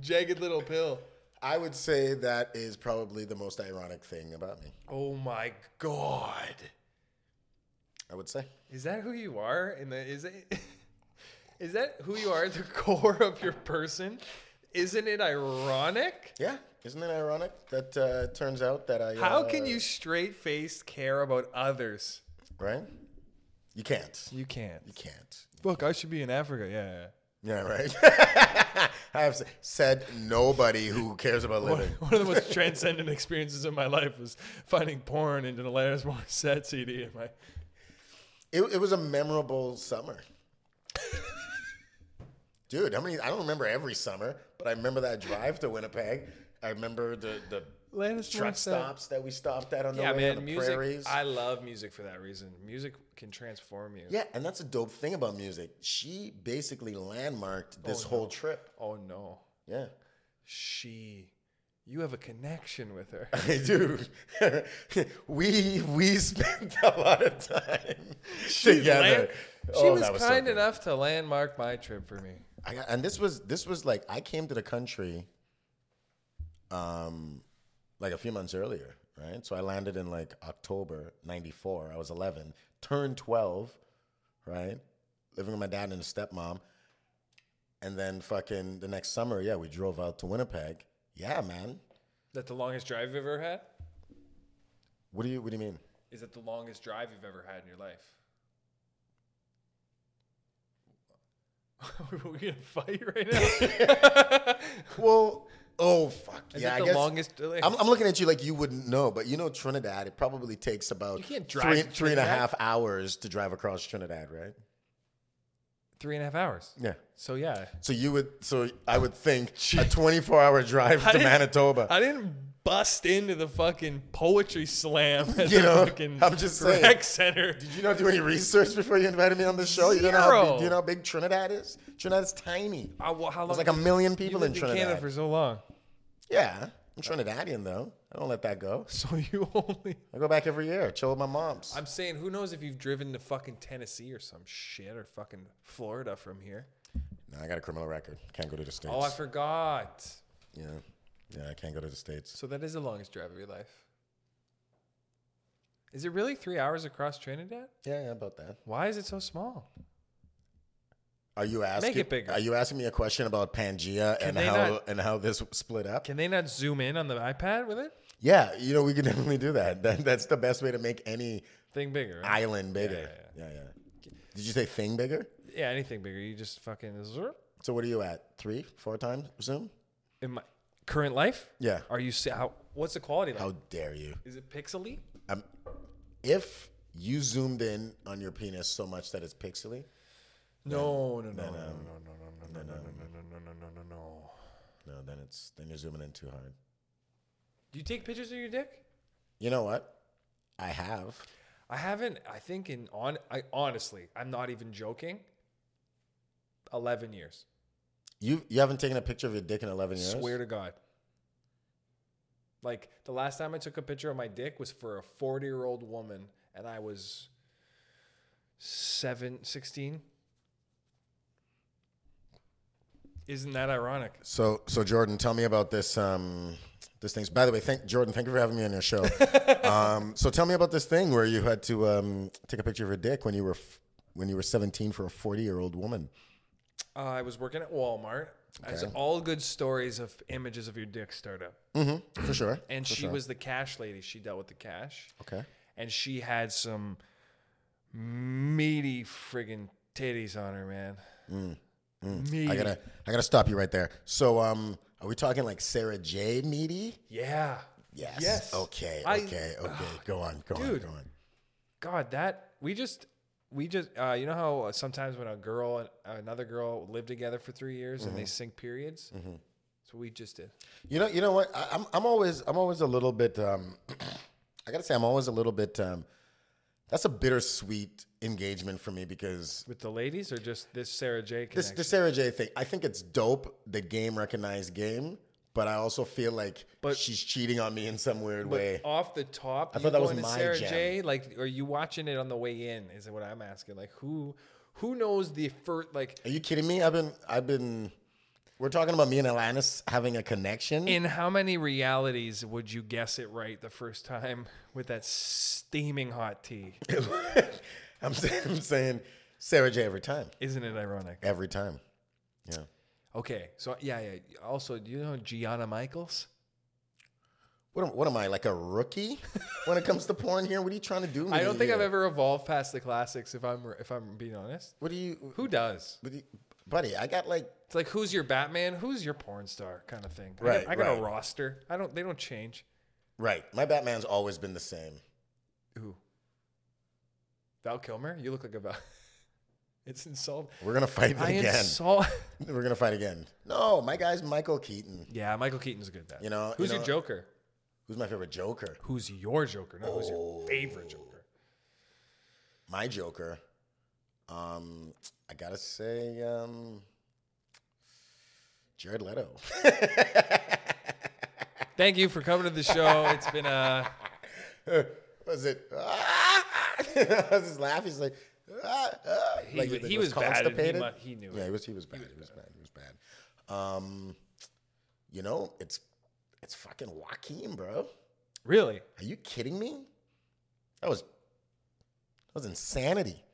S2: Jagged Little Pill.
S1: I would say that is probably the most ironic thing about me.
S2: Oh my god.
S1: I would say.
S2: Is that who you are? In the is it Is that who you are at the core of your person? Isn't it ironic?
S1: Yeah, isn't it ironic that uh, it turns out that I?
S2: How
S1: uh,
S2: can you straight faced care about others?
S1: Right? You can't.
S2: You can't.
S1: You can't.
S2: Look, I should be in Africa. Yeah. yeah.
S1: Yeah, right. I have s- said nobody who cares about
S2: One,
S1: living.
S2: one of the most transcendent experiences of my life was finding porn in an Alanis Morissette CD. In my,
S1: It, it was a memorable summer. Dude, how many? I don't remember every summer, but I remember that drive to Winnipeg. I remember the, the
S2: Alanis
S1: truck
S2: Morissette.
S1: stops that we stopped at on the
S2: Yeah,
S1: way on the
S2: man, music.
S1: prairies.
S2: I love music for that reason. Music can transform you.
S1: yeah, and that's a dope thing about music. She basically landmarked this whole trip.
S2: Oh no,
S1: Yeah.
S2: she. You have a connection with her.
S1: Dude, we we spent a lot of time together.
S2: Land- she
S1: Oh,
S2: was,
S1: that so
S2: kind
S1: good.
S2: enough to landmark my trip for me.
S1: I got, and this was this was like I came to the country, um, like a few months earlier, right? So I landed in like October '94. I was 11, turned 12, right? Living with my dad and a stepmom, and then fucking the next summer, yeah, we drove out to Winnipeg. Yeah, man.
S2: That the longest drive you've ever had?
S1: What do you What do you mean?
S2: Is that the longest drive you've ever had in your life? Are we gonna fight right now?
S1: Well, Oh fuck!
S2: Is
S1: yeah,
S2: it
S1: I
S2: the
S1: guess
S2: longest delay?
S1: I'm, I'm looking at you like you wouldn't know, but you know Trinidad. It probably takes about
S2: You can't drive
S1: three
S2: to
S1: three and a
S2: Trinidad.
S1: half hours to drive across Trinidad, right?
S2: Three and a half hours.
S1: Yeah.
S2: So yeah,
S1: So you would, so I would think a 24 hour drive
S2: I
S1: to
S2: didn't-
S1: Manitoba.
S2: I didn't bust into the fucking poetry slam at
S1: You
S2: the
S1: know,
S2: fucking
S1: I'm just saying.
S2: rec center.
S1: Did you not do any research before you invited me on the show? You don't know how
S2: Zero.
S1: big, do you know how big Trinidad is? Trinidad's tiny.
S2: I, well, how long?
S1: There's like a million people
S2: you
S1: in
S2: lived in Canada
S1: Trinidad.
S2: for so long.
S1: yeah, I'm Trinidadian though. I don't let that go.
S2: So you only.
S1: I go back every year, chill with my moms.
S2: I'm saying, who knows if you've driven to fucking Tennessee or some shit or fucking Florida from here?
S1: no, I got a criminal record. Can't go to the states.
S2: Oh, I forgot.
S1: yeah, yeah, I can't go to the states.
S2: So that is the longest drive of your life. Is it really three hours across Trinidad?
S1: Yeah, yeah, about that.
S2: Why is it so small?
S1: Are you asking?
S2: it bigger.
S1: Are you asking me a question about Pangea and
S2: they
S1: how
S2: not-
S1: and how this split up?
S2: Can they not zoom in on the iPad with it?
S1: yeah, you know we can definitely do that. that. That's the best way to make any
S2: Thing bigger. Right?
S1: island bigger. Yeah, yeah. Did you say thing bigger?
S2: yeah, anything bigger. You just fucking. Zer-
S1: So what are you at? Three, four times Zoom?
S2: in my current life?
S1: Yeah.
S2: Are you sa- how? What's the quality like?
S1: How dare you?
S2: Is it pixely?
S1: Um, if you zoomed in on your penis so much that it's pixely,
S2: No, no, no, no, no, no, no, no, no, no, no, no, no, no, no, no, no.
S1: no, then it's then you're zooming in too hard.
S2: Do you take pictures of your dick?
S1: You know what? I have.
S2: I haven't. I think in on. I honestly, I'm not even joking. Eleven years.
S1: You you haven't taken a picture of your dick in eleven years.
S2: Swear to God. Like the last time I took a picture of my dick was for a 40 year old woman and I was seven, 16. Isn't that ironic?
S1: So so Jordan, tell me about this um this thing. By the way, thank Jordan, thank you for having me on your show. um, so tell me about this thing where you had to um, take a picture of your dick when you were f- when you were 17 for a 40 year old woman.
S2: Uh, I was working at Walmart. As all good stories of images of your dick start up.
S1: Mm-hmm, for sure.
S2: And she was the cash lady. She dealt with the cash.
S1: Okay.
S2: and she had some meaty friggin' titties on her, man. Meaty.
S1: Mm, I gotta, I gotta stop you right there. So, um, are we talking like Sarah J. Meaty?
S2: yeah.
S1: Yes.
S2: Yes.
S1: Okay.
S2: I-
S1: okay. Okay. go on. Go
S2: dude.
S1: on. Go on.
S2: God, that we just we just uh, you know how uh, sometimes when a girl and uh, another girl live together for three years
S1: Mm-hmm.
S2: and they sync periods. That's what we just did.
S1: You know. You know what? I, I'm. I'm always. I'm always a little bit. Um, I gotta say, I'm always a little bit. Um, that's a bittersweet engagement for me because
S2: With the ladies or just this Sarah J connection?
S1: this the Sarah J. thing. I think it's dope that game recognized game, but I also feel like
S2: But-
S1: she's cheating on me in some weird
S2: But
S1: way.
S2: off the top, I
S1: thought that was my
S2: Sarah
S1: jam.
S2: J. Like, are you watching it on the way in? Is what I'm asking. Like, who, who knows the first? Like,
S1: Are you kidding me? I've been. I've been. We're talking about me and Alanis having a connection.
S2: In how many realities would you guess it right the first time with that steaming hot tea?
S1: I'm saying, I'm saying Sarah J every time.
S2: Isn't it ironic?
S1: Every time. Yeah.
S2: Okay, so yeah, yeah. Also, do you know Gianna Michaels?
S1: What am, what am I, like a rookie when it comes to porn here? What are you trying to do? to
S2: I
S1: me
S2: don't think I've
S1: here?
S2: ever evolved past the classics. If I'm if I'm being honest,
S1: What do you,
S2: who does?
S1: what do you buddy, I got like,
S2: It's like who's your Batman? Who's your porn star? Kind of thing. I got-
S1: Right,
S2: I got,
S1: right.
S2: a roster. I don't. They don't change.
S1: right, my Batman's always been the same.
S2: Who? Val Kilmer. You look like a Val. it's insult.
S1: We're going to fight
S2: I
S1: again.
S2: insult.
S1: We're going to fight again. No, my guy's Michael Keaton.
S2: yeah, Michael Keaton's good. At that.
S1: You know, you
S2: who's
S1: know-
S2: your Joker?
S1: Who's my favorite Joker?
S2: Who's your Joker? Not who's
S1: Oh.
S2: your favorite Joker.
S1: My Joker. Um, I got to say, um, Jared Leto.
S2: Thank you for coming to the show. It's been uh
S1: was it? Ah! I was just laughing. He's like, ah, ah.
S2: he,
S1: like,
S2: wa-
S1: like,
S2: he was, bad. and He,
S1: constipated.
S2: mu- he knew
S1: Yeah, he
S2: it.
S1: was. He was bad. He was bad. He was bad. Um, you know, it's it's fucking Joaquin, bro.
S2: Really?
S1: Are you kidding me? That was that was insanity.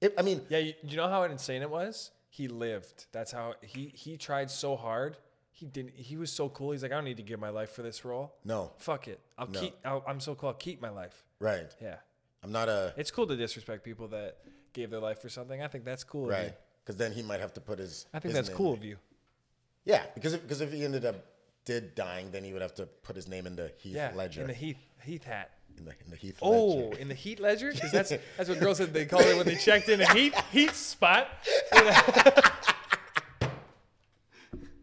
S1: It, I mean,
S2: Yeah. You, you know how insane it was. He lived. That's how he he tried so hard. He didn't. He was so cool. He's like, I don't need to give my life for this role.
S1: no,
S2: Fuck it. I'll
S1: No.
S2: keep. I'll, I'm so cool. I'll keep my life.
S1: right?
S2: Yeah.
S1: I'm not a
S2: It's cool to disrespect people that gave their life for something. I think that's cool. of you.
S1: right because then he might have to put his.
S2: I think
S1: his
S2: that's
S1: name-
S2: cool of you.
S1: Yeah, because if, because if he ended up did dying, then he would have to put his name in the Heath
S2: Yeah,
S1: Ledger.
S2: in the Heath Heath hat.
S1: in, the, in the Heath
S2: Oh,
S1: Ledger.
S2: in the Heat Ledger? 'Cause that's that's what girls said they called it when they checked in a Heat Heat spot.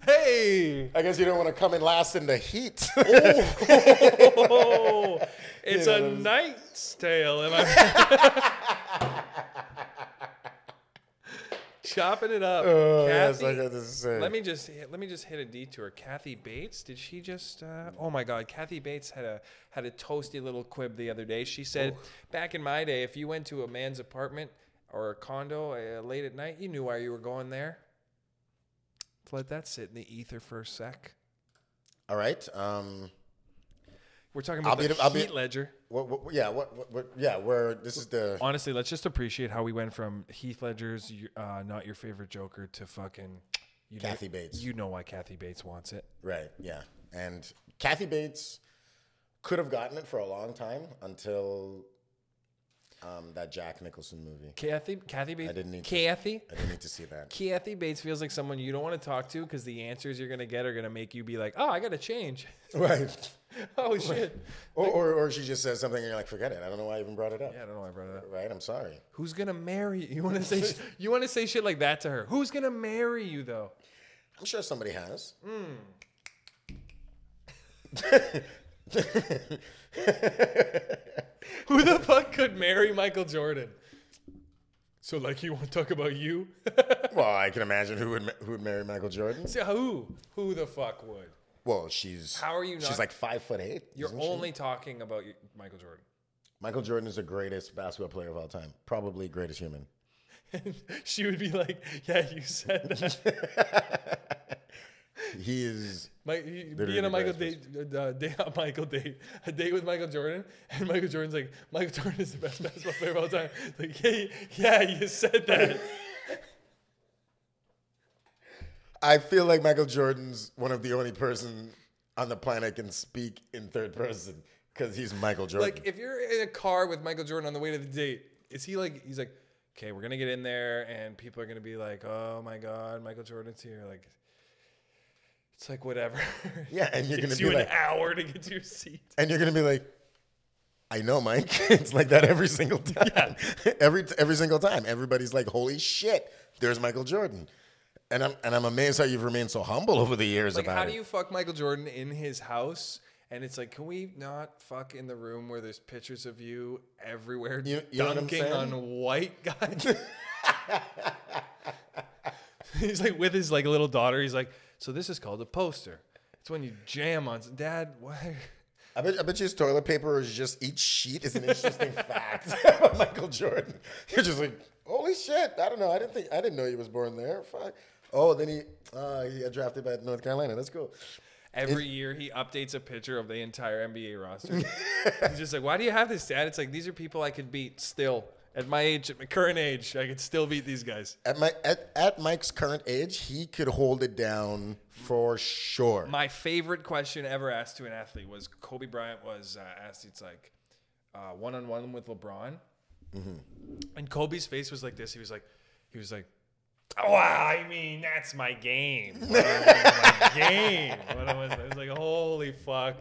S2: hey,
S1: I guess you don't want to come in last in the heat.
S2: oh, it's
S1: Yeah,
S2: a
S1: that was-
S2: knight's tale. Am I? Chopping it up,
S1: oh, yes,
S2: Kathy.
S1: I got to say.
S2: Let me just hit- let me just hit a detour. Kathy Bates, did she just? Uh, oh my God, Kathy Bates had a had a toasty little quib the other day. She said, back in my day, if you went to a man's apartment or a condo uh, late at night, you knew why you were going there. Let's let that sit in the ether for a sec.
S1: All right. Um.
S2: We're talking
S1: I'll
S2: about
S1: be
S2: the
S1: the- I'll be-
S2: heat ledger.
S1: What, what, yeah. What, what, what? Yeah. Where this is the.
S2: Honestly, let's just appreciate how we went from Heath Ledger's uh, "Not Your Favorite Joker" to fucking you
S1: Kathy Bates.
S2: You know why Kathy Bates wants it.
S1: Right. Yeah. And Kathy Bates could have gotten it for a long time until um, that Jack Nicholson movie.
S2: Kathy, Kathy Bates.
S1: didn't need to-
S2: Kathy.
S1: I didn't need to see that.
S2: Kathy Bates feels like someone you don't want to talk to because the answers you're gonna get are gonna make you be like, "Oh, I gotta change."
S1: Right.
S2: oh shit!
S1: Or, or, or she just says something and you're like, forget it. I don't know why I even brought it up.
S2: Yeah, I don't know why I brought it up.
S1: Right. I'm sorry.
S2: Who's gonna marry you? You want to say sh- you want to say shit like that to her? Who's gonna marry you though?
S1: I'm sure somebody has.
S2: Who the fuck could marry Michael Jordan? So like, you want to talk about you?
S1: Well, I can imagine who would ma- who would marry Michael Jordan.
S2: So who? Who the fuck would?
S1: Well, she's
S2: How are you
S1: She's
S2: not-
S1: like five foot eight.
S2: You're
S1: isn't she?
S2: only talking about your- Michael Jordan.
S1: Michael Jordan is the greatest basketball player of all time. Probably greatest human.
S2: she would be like, "Yeah, you said that."
S1: He is.
S2: Mike, you-
S1: They're
S2: being on
S1: really
S2: Michael date, uh, day on Michael date, a date with Michael Jordan, and Michael Jordan's like, Michael Jordan is the best basketball player of all time. It's Like, yeah, you- yeah, you said that.
S1: I feel like Michael Jordan's one of the only person on the planet can speak in third person because he's Michael Jordan.
S2: like, if you're in a car with Michael Jordan on the way to the date, is he like, he's like, okay, we're gonna get in there, and people are gonna be like, oh my god, Michael Jordan's here. Like, it's like whatever.
S1: yeah, and you're gonna
S2: It's
S1: be
S2: you an
S1: like,
S2: hour to get to your seat.
S1: and you're gonna be like, I know, Mike. it's like that every single time. every every single time, everybody's like, holy shit, there's Michael Jordan. And I'm and I'm amazed how you've remained so humble over the years
S2: Like,
S1: about
S2: how
S1: it.
S2: do you fuck Michael Jordan in his house? And it's like, can we not fuck in the room where there's pictures of you everywhere
S1: You- you know what I'm
S2: dunking on
S1: saying?
S2: white guys? he's like with his like little daughter. He's like, so this is called a poster. It's when you jam on s- dad. Why?
S1: I bet, I bet you his toilet paper is just each sheet is an interesting fact about Michael Jordan. You're just like, holy shit! I don't know. I didn't think I didn't know he was born there. Fuck. Oh, then he uh, he got drafted by North Carolina. That's cool.
S2: Every year he updates a picture of the entire NBA roster. he's just like, why do you have this, dad? It's like these are people I could beat still at my age, at my current age. I could still beat these guys.
S1: At my at, at Mike's current age, he could hold it down for sure.
S2: My favorite question ever asked to an athlete was Kobe Bryant was uh, asked. It's like one on one with LeBron, and Kobe's face was like this. He was like, he was like, oh, I mean, that's my game. my game. What it was, I was like, holy fuck.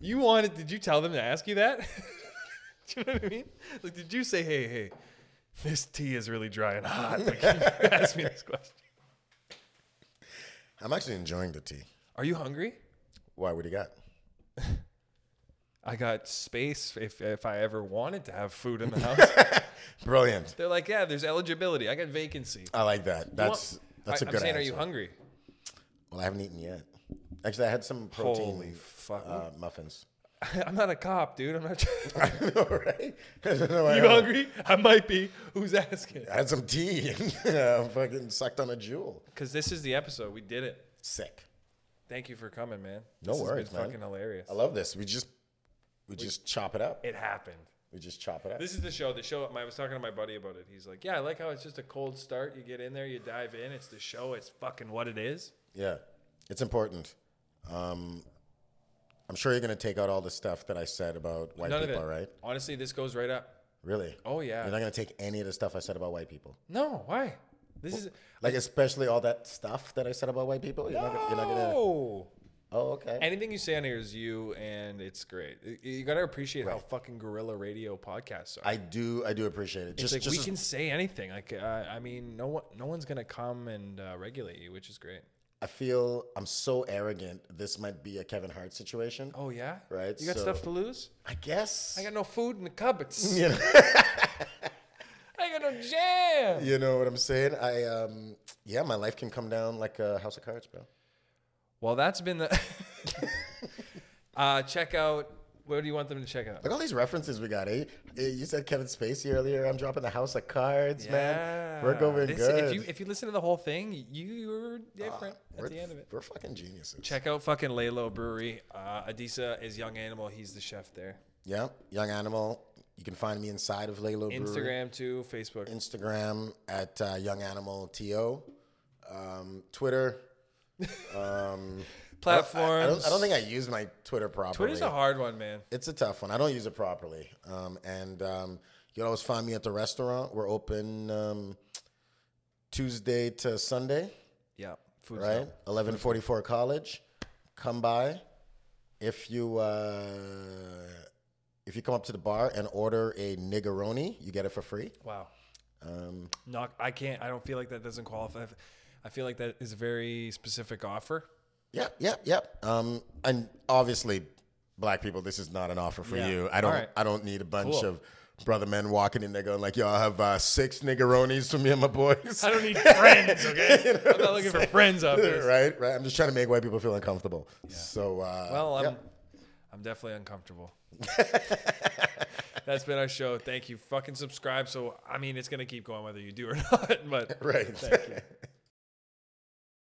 S2: You wanted? Did you tell them to ask you that? Do you know what I mean? Like, did you say, hey, hey, this tea is really dry and hot? Like, you asked me this question.
S1: I'm actually enjoying the tea.
S2: Are you hungry?
S1: Why? What do you got?
S2: I got space if, if I ever wanted to have food in the house.
S1: Brilliant.
S2: They're like, yeah, there's eligibility. I got vacancy.
S1: I like that. That's that's a
S2: I,
S1: good
S2: I'm saying,
S1: answer.
S2: are you hungry?
S1: Well, I haven't eaten yet. Actually, I had some protein
S2: Holy fuck.
S1: uh, muffins.
S2: I'm not a cop, dude. I'm not. Trying.
S1: I know, right? I don't know why I
S2: you
S1: don't-
S2: hungry? I might be. Who's asking?
S1: I had some tea and uh, fucking sucked on a jewel.
S2: Because this is the episode. We did it.
S1: Sick.
S2: Thank you for coming, man.
S1: No
S2: This has been
S1: worries, man.
S2: Fucking hilarious.
S1: I love this. We just we just chop it up.
S2: It happened.
S1: We just chop it up.
S2: This is the show. The show. I was talking to my buddy about it. He's like, yeah, I like how it's just a cold start. You get in there, you dive in. It's the show. It's fucking what it is.
S1: yeah, it's important. Um, I'm sure you're gonna take out all the stuff that I said about white
S2: None of
S1: people,
S2: it.
S1: right?
S2: Honestly, this goes right up.
S1: Really?
S2: Oh yeah.
S1: You're not gonna take any of the stuff I said about white people,
S2: No, why? This is
S1: like especially all that stuff that I said about white people. You're, not, gonna- you're not gonna.
S2: no.
S1: Oh, okay.
S2: Anything you say on here is you, and it's great. Y- You gotta appreciate how fucking guerrilla radio podcasts are.
S1: I do. I do appreciate it.
S2: it's
S1: Just,
S2: like
S1: just
S2: we
S1: as-
S2: can say anything. Like uh, I mean, no one, no one's gonna come and uh, regulate you, which is great.
S1: I feel I'm so arrogant. This might be a Kevin Hart situation.
S2: Oh yeah,
S1: Right,
S2: You got
S1: so-
S2: stuff to lose.
S1: I guess.
S2: I got no food in the cupboards.
S1: You know-
S2: I got no jam.
S1: You know what I'm saying? I um yeah, my life can come down like a house of cards, bro.
S2: Well, that's been the. uh, check out. What do you want them to check out?
S1: Like all these references we got. Eh? Eh, You said Kevin Spacey earlier. I'm dropping the house of cards, man. We're going
S2: This-
S1: good. Ah,
S2: If you if you listen to the whole thing, you were different
S1: we're,
S2: at the end of it.
S1: we're fucking geniuses.
S2: Check out fucking Lalo Brewery. Uh, Adisa is Young Animal. He's the chef there.
S1: Yep, Young Animal. You can find me inside of Lalo Brewery.
S2: Instagram too, Facebook.
S1: Instagram at uh, Young Animal To, um, Twitter. Um, I don't-
S2: Platforms.
S1: I, I don't, I don't think I use my Twitter properly.
S2: Twitter's a hard one, man.
S1: It's a tough one. I don't use it properly. Um, and um, you'll always find me at the restaurant. We're open um, Tuesday to Sunday,
S2: Yeah. Food's
S1: right?
S2: up.
S1: Eleven forty-four College. Come by if you uh, if you come up to the bar and order a niggeroni, you get it for free.
S2: Wow.
S1: Um,
S2: Not. I can't. I don't feel like that doesn't qualify. I feel like that is a very specific offer.
S1: yep, yep, yep. Um, and obviously, black people, this is not an offer for
S2: Yeah.
S1: you. I don't.
S2: All right.
S1: I don't need a bunch
S2: Cool.
S1: of. Brother men walking in there going like, "Y'all have uh, six niggeronis for me and my boys."
S2: I don't need friends, okay? I'm not looking for friends out there.
S1: right, right. I'm just trying to make white people feel uncomfortable. So, uh,
S2: Well, I'm,
S1: yeah.
S2: I'm definitely uncomfortable. That's been our show. Thank you. Fucking subscribe. So, I mean, it's going to keep going whether you do or not, but
S1: right.
S2: thank you.